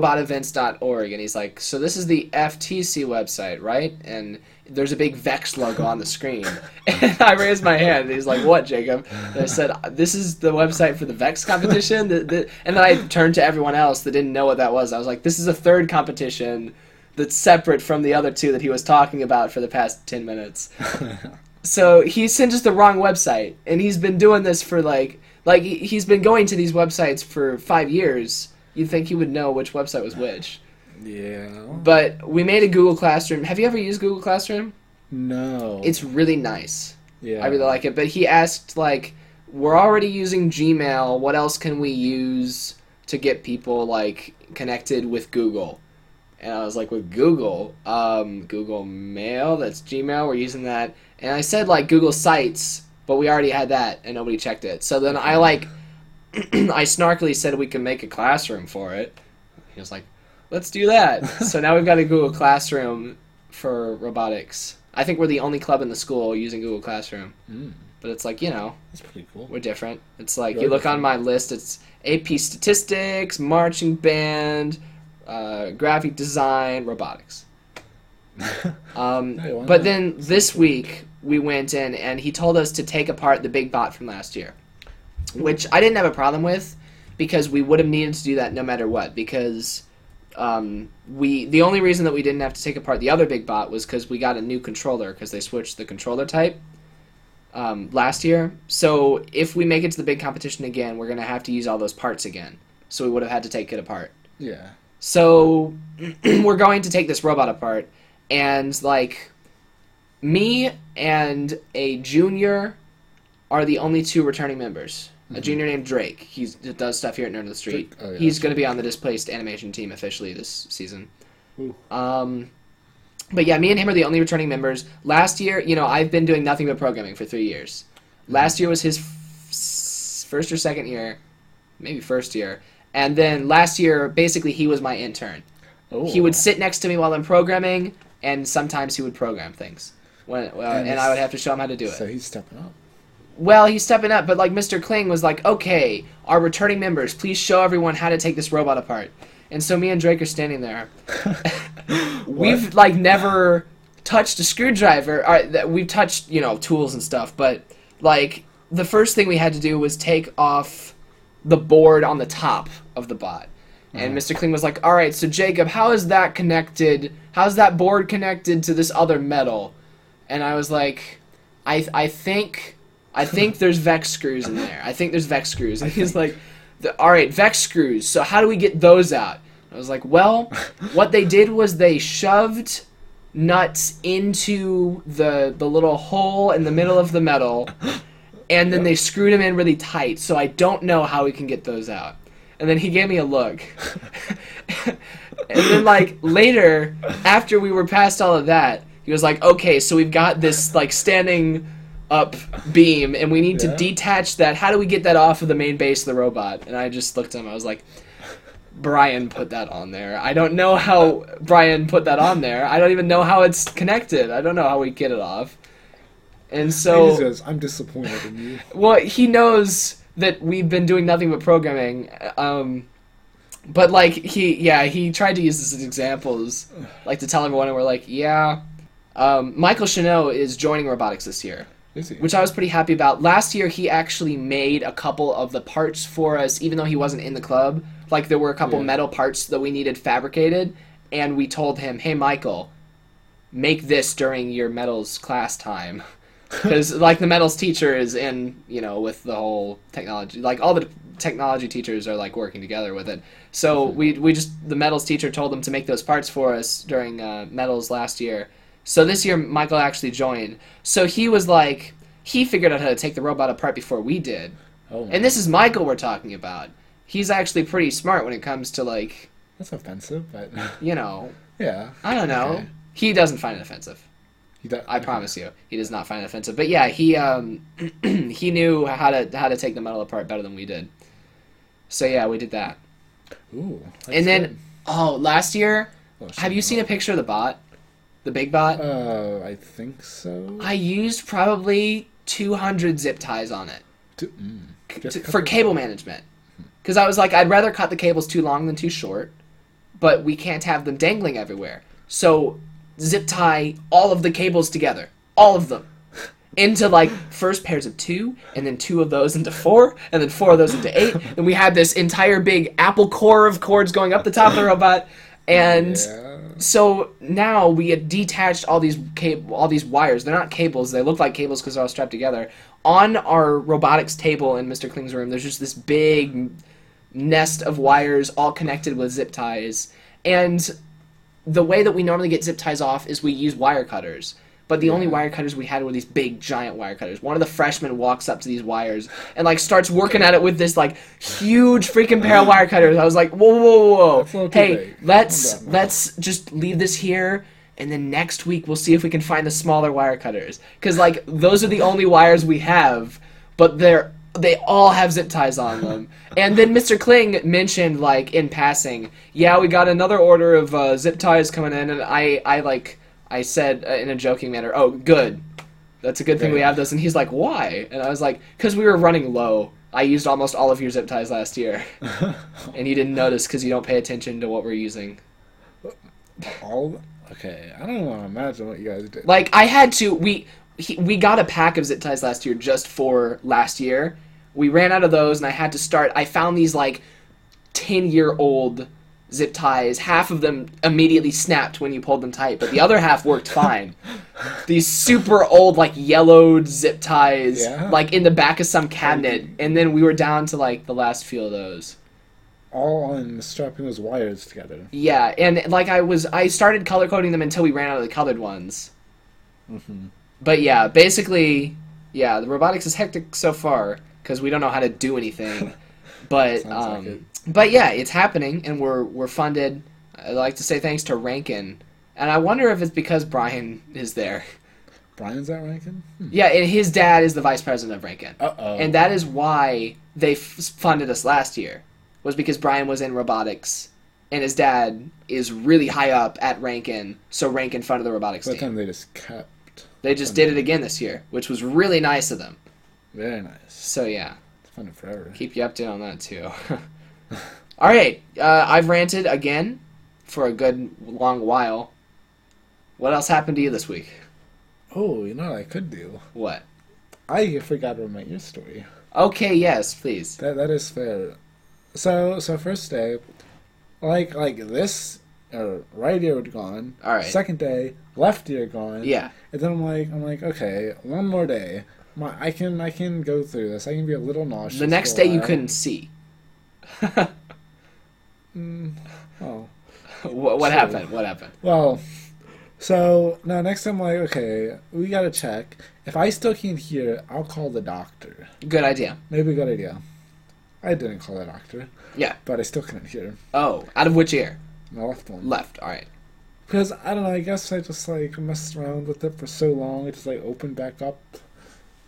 S1: robotevents.org, and he's like, "So this is the FTC website, right?" And there's a big Vex logo on the screen, <laughs> and I raised my hand. And he's like, "What, Jacob?" And I said, "This is the website for the Vex competition." The- the- and then I turned to everyone else that didn't know what that was. I was like, "This is a third competition." That's separate from the other two that he was talking about for the past 10 minutes.
S2: <laughs>
S1: So he sent us the wrong website, and he's been doing this for like like he- he's been going to these websites for five years. You'd think he would know which website was which.
S2: yeah.
S1: But we made a Google Classroom. Have you ever used Google Classroom?
S2: No.
S1: It's really nice.
S2: yeah.
S1: I really like it. But he asked like, "We're already using Gmail. What else can we use to get people like connected with Google?" And I was like, "With Google, um, Google Mail. That's Gmail. We're using that." And I said like Google Sites, but we already had that, and nobody checked it. So then I like, <clears throat> I snarkily said we can make a classroom for it. He was like, "Let's do that." so now we've got a Google Classroom for robotics. I think we're the only club in the school using Google Classroom.
S2: Mm,
S1: But it's like, you know,
S2: that's pretty cool.
S1: <laughs> we're different. It's like,
S2: You're
S1: you look on my list, it's AP statistics, marching band, uh, graphic design, robotics. Um,
S2: Hey, why
S1: but
S2: not?
S1: then this week, we went in and he told us to take apart the big bot from last year, which I didn't have a problem with because we would have needed to do that no matter what because um, we the only reason that we didn't have to take apart the other big bot was because we got a new controller because they switched the controller type um, last year. So if we make it to the big competition again, we're gonna have to use all those parts again. So we would have had to take it apart.
S2: Yeah.
S1: So <clears throat> we're going to take this robot apart, and like me and a junior are the only two returning members. A junior named Drake. He's, he does stuff here at Nerd of the Street.
S2: Mm-hmm. Drake- oh, yeah,
S1: He's going to be on the displaced animation team officially this season.
S2: Ooh.
S1: Um, but yeah, me and him are the only returning members. Last year, you know, I've been doing nothing but programming for three years. Last year was his f- first or second year, maybe first year. And then last year, basically, he was my intern.
S2: Oh.
S1: He would sit next to me while I'm programming, and sometimes he would program things. When, well,
S2: And
S1: and, I would have to show him how to do it.
S2: So he's stepping up.
S1: Well, he's stepping up, but like Mr. Kling was like, okay, our returning members, please show everyone how to take this robot apart. And so me and Drake are standing there. we've like never touched a screwdriver. All right, that we've touched, you know, tools and stuff, but like the first thing we had to do was take off the board on the top of the bot. And Mr. Kling was like, "All right, so Jacob, how is that connected? How's that board connected to this other metal?" And I was like, "I I think I think there's vex screws in there. I think there's vex screws." And he's like, the, "All right, vex screws. So how do we get those out?" I was like, "Well, what they did was they shoved nuts into the the little hole in the middle of the metal." and then they screwed him in really tight, so I don't know how we can get those out. And then he gave me a look. and then like later, after we were past all of that, he was like, "Okay, so we've got this like standing up beam and we need
S2: Yeah.
S1: to detach that. How do we get that off of the main base of the robot?" And I just looked at him. I was like, Brian put that on there. I don't know how Brian put that on there. I don't even know how it's connected. I don't know how we get it off. And so
S2: He just goes, I'm disappointed
S1: <laughs>
S2: in you.
S1: well, he knows that we've been doing nothing but programming. Um, but like he, yeah, he tried to use this as examples, like to tell everyone, and we're like, yeah. Um, Michael Cheneau is joining robotics this year,
S2: Is he?
S1: which I was pretty happy about. Last year, he actually made a couple of the parts for us, even though he wasn't in the club. Like there were a couple
S2: Yeah.
S1: metal parts that we needed fabricated, and we told him, "Hey, Michael, make this during your metals class time." because like the metals teacher is in you know with the whole technology like all the technology teachers are like working together with it so we we just the metals teacher told them to make those parts for us during uh, metals last year so this year michael actually joined so he was like he figured out how to take the robot apart before we did
S2: oh, my-
S1: and this is michael we're talking about he's actually pretty smart when it comes to like
S2: that's offensive, but <laughs>
S1: you know
S2: yeah.
S1: i don't know
S2: Okay.
S1: he doesn't find it offensive
S2: He don't-
S1: I promise you, he does not find it offensive. But yeah, he um, <clears throat> he knew how to how to take the metal apart better than we did. So yeah, we did that.
S2: Ooh. that's
S1: and then
S2: good.
S1: oh, last year,
S2: Oh, shit.
S1: have you seen a picture of the bot, the big bot?
S2: Uh, I think so.
S1: I used probably 200 zip ties on it
S2: D- mm. Just
S1: to,
S2: a couple
S1: for
S2: of-
S1: cable management, because I was like, I'd rather cut the cables too long than too short, but we can't have them dangling everywhere. So zip tie all of the cables together, all of
S2: <laughs>
S1: them. into like first pairs of two, and then two of those into four, and then four of those into eight. And we had this entire big apple core of cords going up the top of the robot. And
S2: Yeah.
S1: so now we had detached all these cab- all these wires. They're not cables. They look like cables because they're all strapped together. On our robotics table in Mr. Kling's room, there's just this big nest of wires all connected with zip ties. And the way that we normally get zip ties off is we use wire cutters. But the only wire cutters we had were these big giant wire cutters. One of the freshmen walks up to these wires and like starts working at it with this like huge freaking pair of wire cutters. I was like, whoa, whoa, whoa,
S2: a
S1: whoa.
S2: little too
S1: Hey,
S2: big.
S1: let's
S2: Calm down.
S1: let's just leave this here and then next week we'll see if we can find the smaller wire cutters. Cause like those are the only wires we have, but they're they all have zip ties on them. And then Mr. Kling mentioned, like, in passing, yeah, we got another order of uh, zip ties coming in, and I, I like, I said uh, in a joking manner, oh, good. That's a good thing we
S2: Right.
S1: have this. And he's like, why? And I was like, because we were running low. I used almost all of your zip ties last year. and you didn't notice because you don't pay attention to what we're using.
S2: All okay. I don't want to imagine what you guys did.
S1: Like I had to we he, we got a pack of zip ties last year just for last year. We ran out of those, and I had to start. I found these like ten year old zip ties. Half of them immediately snapped when you pulled them tight, but the other half worked fine. These super old like yellowed zip ties,
S2: Yeah.
S1: like in the back of some cabinet, and then we were down to like the last few of those.
S2: all on strapping those wires together.
S1: Yeah, and like I was, I started color coding them until we ran out of the colored ones.
S2: Mm-hmm.
S1: But yeah, basically, yeah, the robotics is hectic so far because we don't know how to do
S2: <laughs>
S1: anything. But
S2: Sounds like
S1: um,
S2: it.
S1: but yeah, it's happening, and we're we're funded. I like to say thanks to Rankin, and I wonder if it's because Brian is there.
S2: Brian's out ranking.
S1: Yeah, and his dad is the vice president of Rankin,
S2: Uh oh.
S1: and that is why they f- funded us last year was because Brian was in robotics, and his dad is really high up at Rankin, so Rankin funded the robotics
S2: that
S1: team.
S2: time they just kept.
S1: They just did it again this year, which was really nice of them.
S2: Very nice.
S1: So yeah,
S2: It's fun and forever.
S1: keep you updated on that
S2: <laughs>
S1: too. All right, uh, I've ranted again for a good long while. What else happened to you this week?
S2: Oh, you know what I could do?
S1: What?
S2: I forgot about my ear story.
S1: Okay, yes, please.
S2: That that is fair. So so first day, like like this, or right ear would gone.
S1: All right.
S2: Second day, left ear gone.
S1: Yeah.
S2: And then I'm like I'm like okay, one more day. My I can I can go through this. I can be a little nauseous.
S1: The next
S2: for uh, a
S1: day you
S2: while.
S1: couldn't see.
S2: Oh.
S1: what what happened? What happened?
S2: Well, so now next I'm like, okay, we gotta check. If I still can't hear, I'll call the doctor.
S1: Good idea.
S2: Maybe a good idea. I didn't call the doctor,
S1: Yeah.
S2: but I still couldn't hear.
S1: Oh, out of which ear?
S2: My left one.
S1: Left. All right.
S2: Because I don't know. I guess I just like messed around with it for so long. It just like opened back up,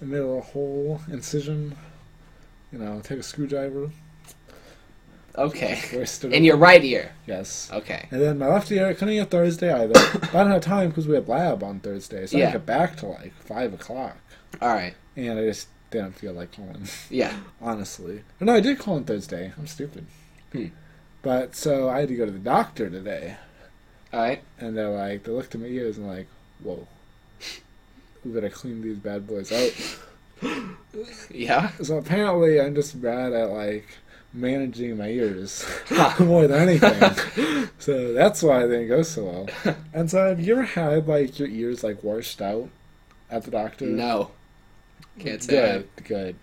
S2: and made a little hole incision. You know, take a screwdriver,
S1: Okay.
S2: twist it.
S1: In your
S2: open.
S1: right ear.
S2: yes.
S1: Okay.
S2: And then my left ear I couldn't get Thursday either. <coughs> but I don't have time because we have lab on Thursday, so I
S1: Yeah.
S2: had to get back to like five o'clock,
S1: All right.
S2: and I just didn't feel like calling. <laughs>
S1: Yeah.
S2: honestly. No, I did call on Thursday. I'm stupid.
S1: Hmm.
S2: But so I had to go to the doctor today,
S1: All right.
S2: and they're like, they looked at my ears and like, whoa, we better clean these bad boys out.
S1: Yeah.
S2: so apparently, I'm just bad at like managing my ears <laughs>
S1: Huh.
S2: more than anything. so that's why I didn't go so well. And so, have you ever had like your ears like washed out at the doctor?
S1: No. Can't say.
S2: Mm. Good, good.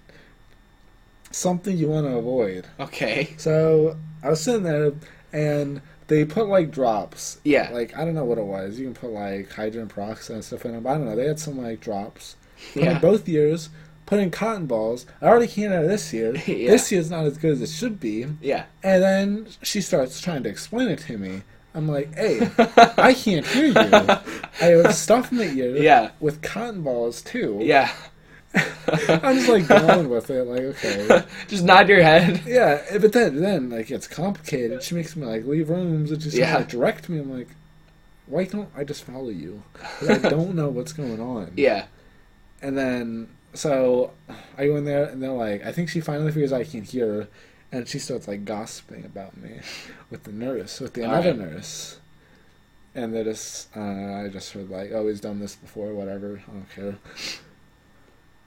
S2: Something you want to avoid.
S1: that. Okay.
S2: So I was sitting there, and they put like drops.
S1: Yeah.
S2: Like I don't know what it was. You can put like hydrogen peroxide and stuff in them. But I don't know. They had some like drops. Put
S1: Yeah.
S2: in both ears. Put in cotton balls. I already can't out of this year.
S1: <laughs> Yeah.
S2: This year's not as good as it should be.
S1: Yeah.
S2: And then she starts trying to explain it to me. I'm like,
S1: <laughs>
S2: hey, I can't hear you. I have stuff in my ear
S1: Yeah.
S2: with cotton balls too.
S1: Yeah. <laughs>
S2: I'm just like going with it, like, okay.
S1: Just nod your head.
S2: Yeah, eh, but then then like it's complicated. She makes me like leave rooms and she's
S1: Yeah.
S2: like direct me. I'm like, why don't I just follow you? 'Cause I don't know what's going on.
S1: <laughs> Yeah.
S2: And then so I go in there and they're like, I think she finally figures I can hear, her, and she starts like gossiping about me <laughs> with the nurse, with the
S1: All
S2: another
S1: right.
S2: nurse. And they're just, uh, I just heard like, oh, he's done this before, whatever. I don't care.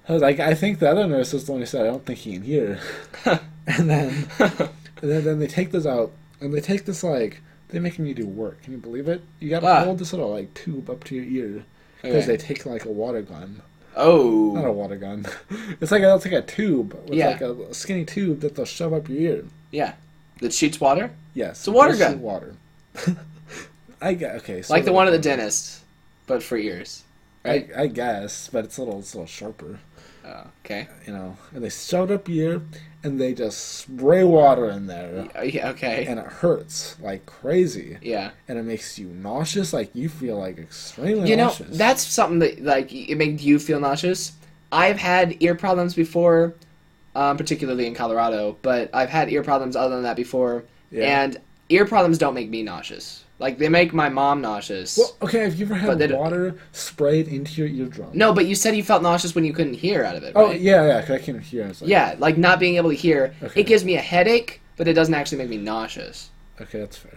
S2: I was like, I think the other nurse was the one who said, I don't think he can hear.
S1: <laughs>
S2: and then, and then, then they take this out, and they take this like, they're making you do work. Can you believe it? You gotta
S1: Ah.
S2: hold this little like tube up to your ear because
S1: Okay.
S2: they take like a water gun not a
S1: Oh.
S2: water gun. <laughs> It's like a, it's like a tube with
S1: Yeah.
S2: like a skinny tube that they'll shove up your ear.
S1: Yeah. That shoots water,
S2: Yes,
S1: It's a water
S2: this is
S1: gun.
S2: Water. <laughs> I gue- okay. So
S1: like the one at the dentist, but for ears.
S2: I,
S1: Right.
S2: I guess, but it's a little it's a little sharper,
S1: Oh, okay.
S2: you know. And they shove it up your ear, and they just spray water in there,
S1: Oh, Yeah. Okay.
S2: and it hurts like crazy,
S1: Yeah.
S2: and it makes you nauseous. Like you feel like extremely
S1: You know,
S2: nauseous.
S1: that's something that like it made you feel nauseous. I've had ear problems before, um, particularly in Colorado, but I've had ear problems other than that before.
S2: Yeah.
S1: And ear problems don't make me nauseous. Like they make my mom nauseous.
S2: Well, okay. Have you ever
S1: But they
S2: had
S1: don't-
S2: water sprayed into your eardrum?
S1: no, but you said you felt nauseous when you couldn't hear out of it.
S2: Oh
S1: right?
S2: yeah, yeah. 'cause I can't hear. It's like,
S1: yeah, like not being able to hear.
S2: Okay.
S1: It gives me a headache, but it doesn't actually make me nauseous.
S2: Okay, that's fair.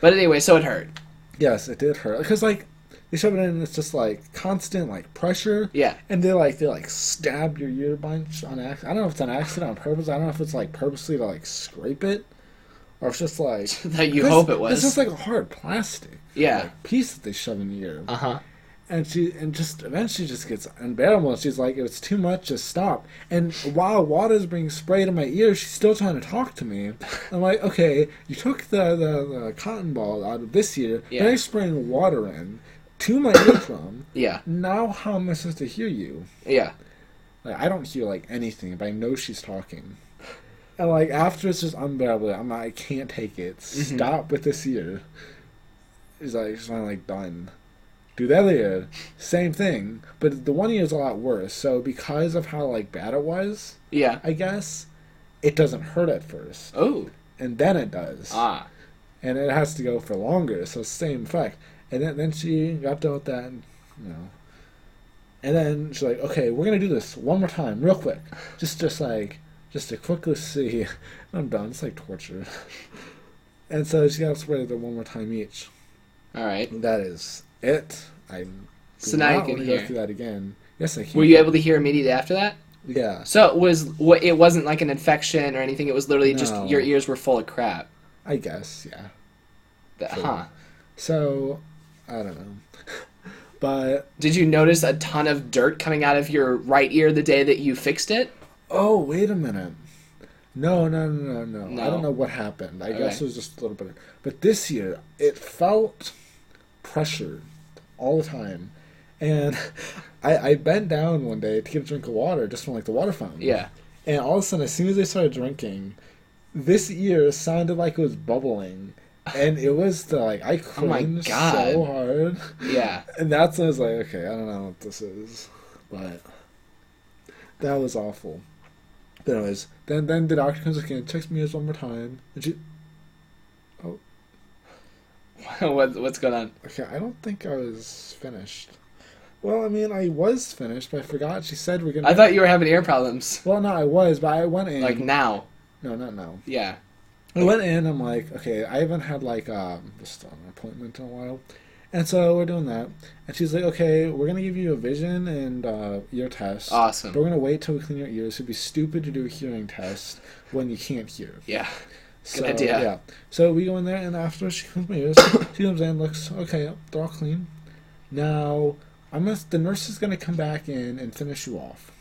S1: But anyway, so it hurt. <laughs>
S2: Yes, it did hurt. Because, like, They shove it in, and it's just like constant like pressure.
S1: Yeah.
S2: And they like they like stab your ear bunch on accident. I don't know if it's an accident on purpose. I don't know if it's like purposely to like scrape it, or it's just like
S1: That <laughs> you
S2: 'cause
S1: hope it was.
S2: It's just like a hard plastic.
S1: Yeah.
S2: like, piece that they shove in the ear,
S1: Uh huh.
S2: and she and just eventually just gets unbearable. And she's like, "If it's too much, just stop." And while water's being sprayed in my ear, she's still trying to talk to me. I'm like, "Okay, you took the the, the cotton ball out of this ear,
S1: Yeah.
S2: now you're spraying water in to my eardrum.
S1: Yeah.
S2: Now how am I supposed to hear you?"
S1: Yeah.
S2: Like I don't hear like anything, but I know she's talking. And like after it's just unbearable, I'm like, I can't take it. Stop with this ear. It's like it's finally like done. Do the other ear, same thing, but the one ear is a lot worse. So because of how like bad it was,
S1: Yeah.
S2: I guess it doesn't hurt at first,
S1: Oh.
S2: and then it does,
S1: Ah.
S2: and it has to go for longer. So same effect. And then then she got done with that, and, you know. And then she's like, "Okay, we're gonna do this one more time, real quick, just just like just to quickly see." <laughs> And I'm done. It's like torture. <laughs> And so she got sprayed the one more time each.
S1: All right.
S2: And that is it. I do
S1: So now you
S2: not
S1: can
S2: wanna
S1: hear.
S2: go through that again. Yes, I can.
S1: Were you able to hear immediately after that?
S2: Yeah,
S1: So it was what? It wasn't like an infection or anything. It was literally just
S2: No.
S1: your ears were full of crap.
S2: I guess. Yeah.
S1: That,
S2: Sure.
S1: huh.
S2: So I don't know, <laughs> but
S1: Did you notice a ton of dirt coming out of your right ear the day that you fixed it?
S2: Oh, wait a minute. No, no, no, no, no. I
S1: No.
S2: don't know what happened. I guess
S1: Okay.
S2: it was just a little bit. But this year, it felt pressure all the time. And <laughs> I, I bent down one day to get a drink of water just from like the water fountain.
S1: Yeah.
S2: And all of a sudden, as soon as I started drinking, this ear sounded like it was bubbling. And it was like, I
S1: Oh my
S2: cringed
S1: God.
S2: so hard.
S1: Yeah. <laughs>
S2: And that's when I was like, okay, I don't know what this is, but that was awful. But anyways, then then the doctor comes again, checks me ears one more time, and she,
S1: what, what's going on?
S2: okay, I don't think I was finished. Well, I mean, I was finished, but I forgot. She said we're gonna.
S1: I thought you were having ear problems.
S2: Well, no, I was, but I went in.
S1: Like now.
S2: no, not now.
S1: Yeah.
S2: I went in. I'm like, okay, I haven't had like um just an appointment in a while, and so we're doing that. And she's like, okay, we're gonna give you a vision and uh, ear test.
S1: Awesome.
S2: But we're gonna wait till we clean your ears. It'd be stupid to do a hearing test when you can't hear.
S1: Yeah.
S2: So,
S1: idea.
S2: Yeah. So we go in there, and after she cleans my ears, she comes in, looks okay, they're all clean. Now I'm gonna, the nurse is gonna come back in and finish you off,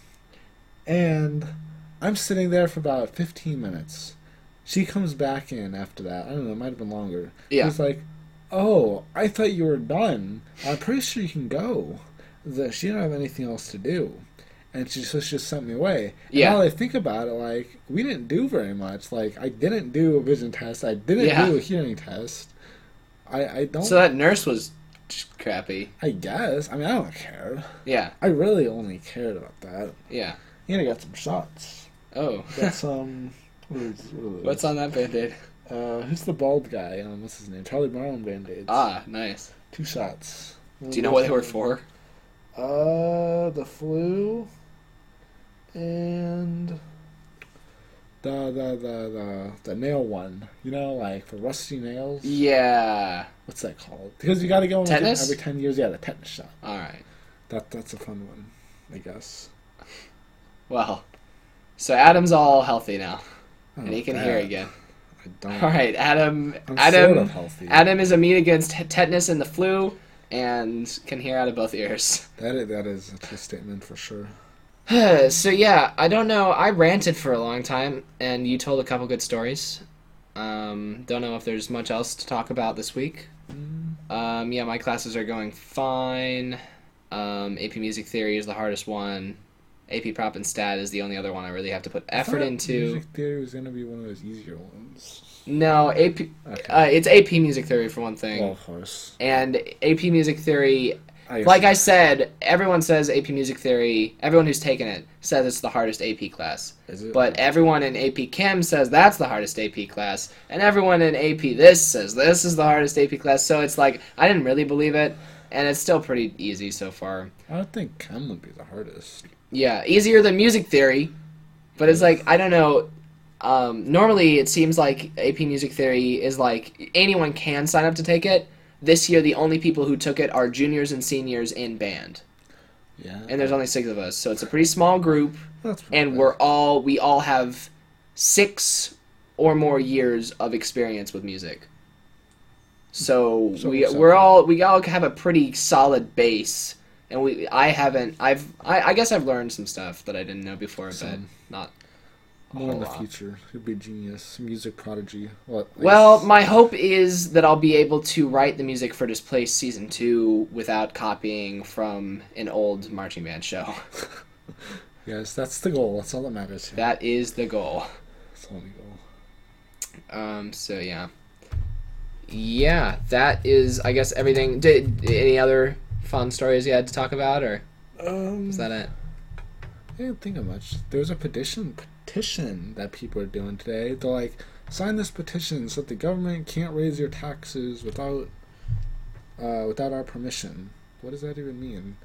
S2: and I'm sitting there for about 15 minutes. She comes back in after that. I don't know. It might have been longer.
S1: Yeah.
S2: She's like, "Oh, I thought you were done. I'm pretty sure you can go. That she didn't have anything else to do." and she just, just sent me away. And
S1: Yeah.
S2: Now that I think about it, like we didn't do very much. Like I didn't do a vision test. I didn't
S1: Yeah.
S2: do a hearing test. I I don't.
S1: So that nurse was just crappy.
S2: I guess. I mean, I don't care.
S1: Yeah.
S2: I really only cared about that.
S1: Yeah.
S2: And I got
S1: <laughs>
S2: some shots.
S1: Oh.
S2: Got some. what is- what are those?
S1: What's on that band-aid?
S2: Uh, who's the bald guy? Um, what's his name? Charlie Brown band aids.
S1: Ah, nice.
S2: Two shots.
S1: Do you know what they were for?
S2: Uh, the flu. And. The, the, the, the, the nail one. You know, like for rusty nails?
S1: Yeah.
S2: What's that called? Because you gotta go in
S1: Tetanus?
S2: every 10 years. Yeah, the tetanus shot.
S1: All right.
S2: That, that's a fun one, I guess.
S1: Well, so Adam's all healthy now,
S2: I don't
S1: and he
S2: know
S1: can
S2: that.
S1: hear again.
S2: I don't.
S1: All right, <laughs> Adam.
S2: Oh, I'm
S1: Adam.
S2: sort of healthy.
S1: Adam is immune against t- tetanus and the flu, and can hear out of both ears. <sighs>
S2: That is, that is a true statement for sure.
S1: so yeah, I don't know. I ranted for a long time, and you told a couple good stories. Um, don't know if there's much else to talk about this week.
S2: Mm.
S1: Um, yeah, my classes are going fine. Um, AP Music Theory is the hardest one. AP Prop and Stat is the only other one I really have to put effort
S2: Thought
S1: into.
S2: Music theory was gonna be one of those easier ones.
S1: No, AP. Uh, it's AP Music Theory for one thing,
S2: Well, of course.
S1: and AP Music Theory.
S2: I
S1: Like I said, everyone says AP Music Theory. Everyone who's taken it says it's the hardest AP class.
S2: Is it?
S1: But everyone in AP Chem says that's the hardest AP class, and everyone in AP this says this is the hardest AP class. So it's like I didn't really believe it, and it's still pretty easy so far.
S2: I don't think chem would be the hardest.
S1: Yeah, easier than music theory, but it's like I don't know. Um, normally, it seems like AP Music Theory is like anyone can sign up to take it, This year, the only people who took it are juniors and seniors in band,
S2: Yeah.
S1: and there's only six of us, so it's a pretty small group.
S2: that's pretty
S1: And
S2: bad.
S1: we're all we all have six or more years of experience with music. So,
S2: So
S1: we
S2: what's up?
S1: we're all we all have a pretty solid base, and we I haven't I've I, I guess I've learned some stuff that I didn't know before,
S2: Some.
S1: but not a
S2: more in
S1: whole
S2: the
S1: lot.
S2: future. He'll be genius, music prodigy. Well, at least-
S1: Well, my hope is that I'll be able to write the music for Displaced Season 2 without copying from an old marching band show. <laughs>
S2: yes, that's the goal. That's all that matters.
S1: That is the goal.
S2: That's all the goal.
S1: Um, so, yeah. Yeah, that is, I guess, everything. Did any other fun stories you had to talk about, or
S2: Um,
S1: is that it?
S2: I didn't think of much. There's a petition petition that people are doing today. They're like, sign this petition so that the government can't raise your taxes without uh, without our permission. What does that even mean?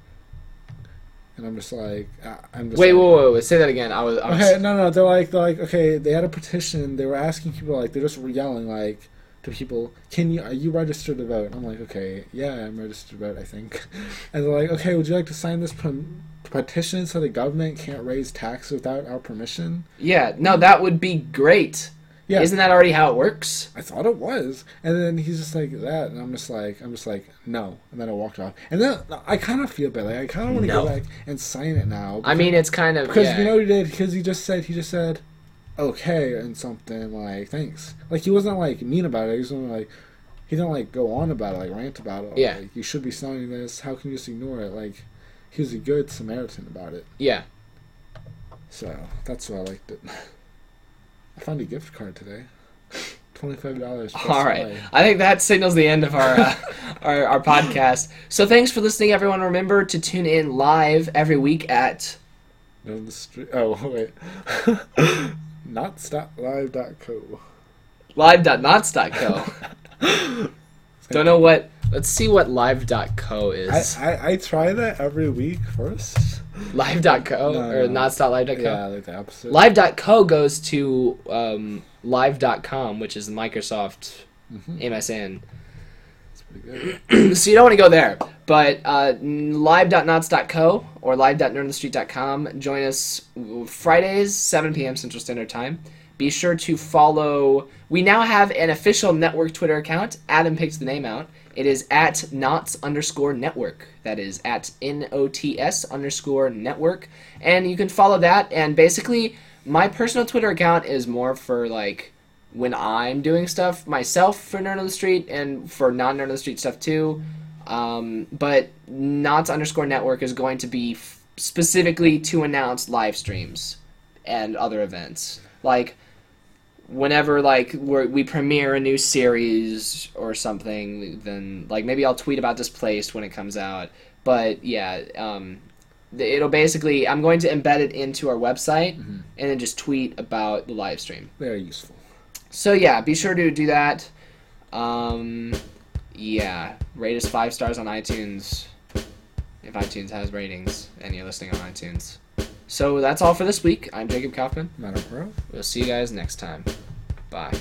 S2: And I'm just like, I- I'm just
S1: Wait,
S2: like,
S1: whoa, whoa, whoa, say that again. I was, I was
S2: Okay, no, no, they're like, they're like, okay, they had a petition. They were asking people, like, they're just yelling, like, to people, can you, are you registered to vote? I'm like, okay, yeah, I'm registered to vote, I think. <laughs> And they're like, okay, would you like to sign this pe- petition so the government can't raise taxes without our permission?
S1: yeah, no, that would be great.
S2: Yeah.
S1: Isn't that already how it works?
S2: I thought it was, and then he's just like that, and I'm just like, I'm just like, no, and then I walked off, and then I kind of feel bad, like, I kind of want to
S1: No.
S2: go back and sign it now.
S1: I mean, it's kind of.
S2: Because
S1: yeah.
S2: you know what he did? Because he just said he just said, "Okay," and something like "thanks." Like he wasn't like mean about it. He wasn't like he didn't like go on about it, like rant about it.
S1: Yeah.
S2: like, you should be signing this. How can you just ignore it? Like he was a good Samaritan about it.
S1: yeah.
S2: So that's why I liked it. <laughs> I found a gift card today, <laughs> twenty five dollars.
S1: All right. I think that signals the end of our,
S2: <laughs>
S1: uh, our our podcast. So thanks for listening, everyone. Remember to tune in live every week at
S2: Down the street. Oh <laughs> wait, not stoplive.co. <laughs>
S1: live.knots.co. Don't know what. Let's see what live.co
S2: I,
S1: is.
S2: I I try that every week first.
S1: live.co
S2: No,
S1: or
S2: no.
S1: knots.live.co.
S2: Yeah, like the opposite.
S1: Live.co goes to um, live.com, which is Microsoft
S2: Mm-hmm.
S1: MSN.
S2: Pretty good.
S1: <clears throat> so you don't want to go there. But uh, live.nots.co or live.nerdinthestreet.com. Join us Fridays, 7 p.m. Central Standard Time. Be sure to follow. We now have an official network Twitter account. Adam picked the name out. It is at knots underscore network. That is at N O T S underscore network. And you can follow that. And basically, my personal Twitter account is more for like when I'm doing stuff myself for Nerd on the Street and for non Nerd on the Street stuff too. Um, but Knots underscore network is going to be f- specifically to announce live streams and other events. Like, whenever like we're, we premiere a new series or something, then like maybe I'll tweet about Displaced when it comes out. But yeah, um, th- it'll basically I'm going to embed it into our website and then just tweet about the live stream.
S2: They are useful.
S1: So yeah, be sure to do that. Um, yeah, rate us five stars on iTunes if iTunes has ratings and you're listening on iTunes. So that's all for this week. I'm Jacob Kaufman.
S2: Madam Pro.
S1: We'll see you guys next time. Bye.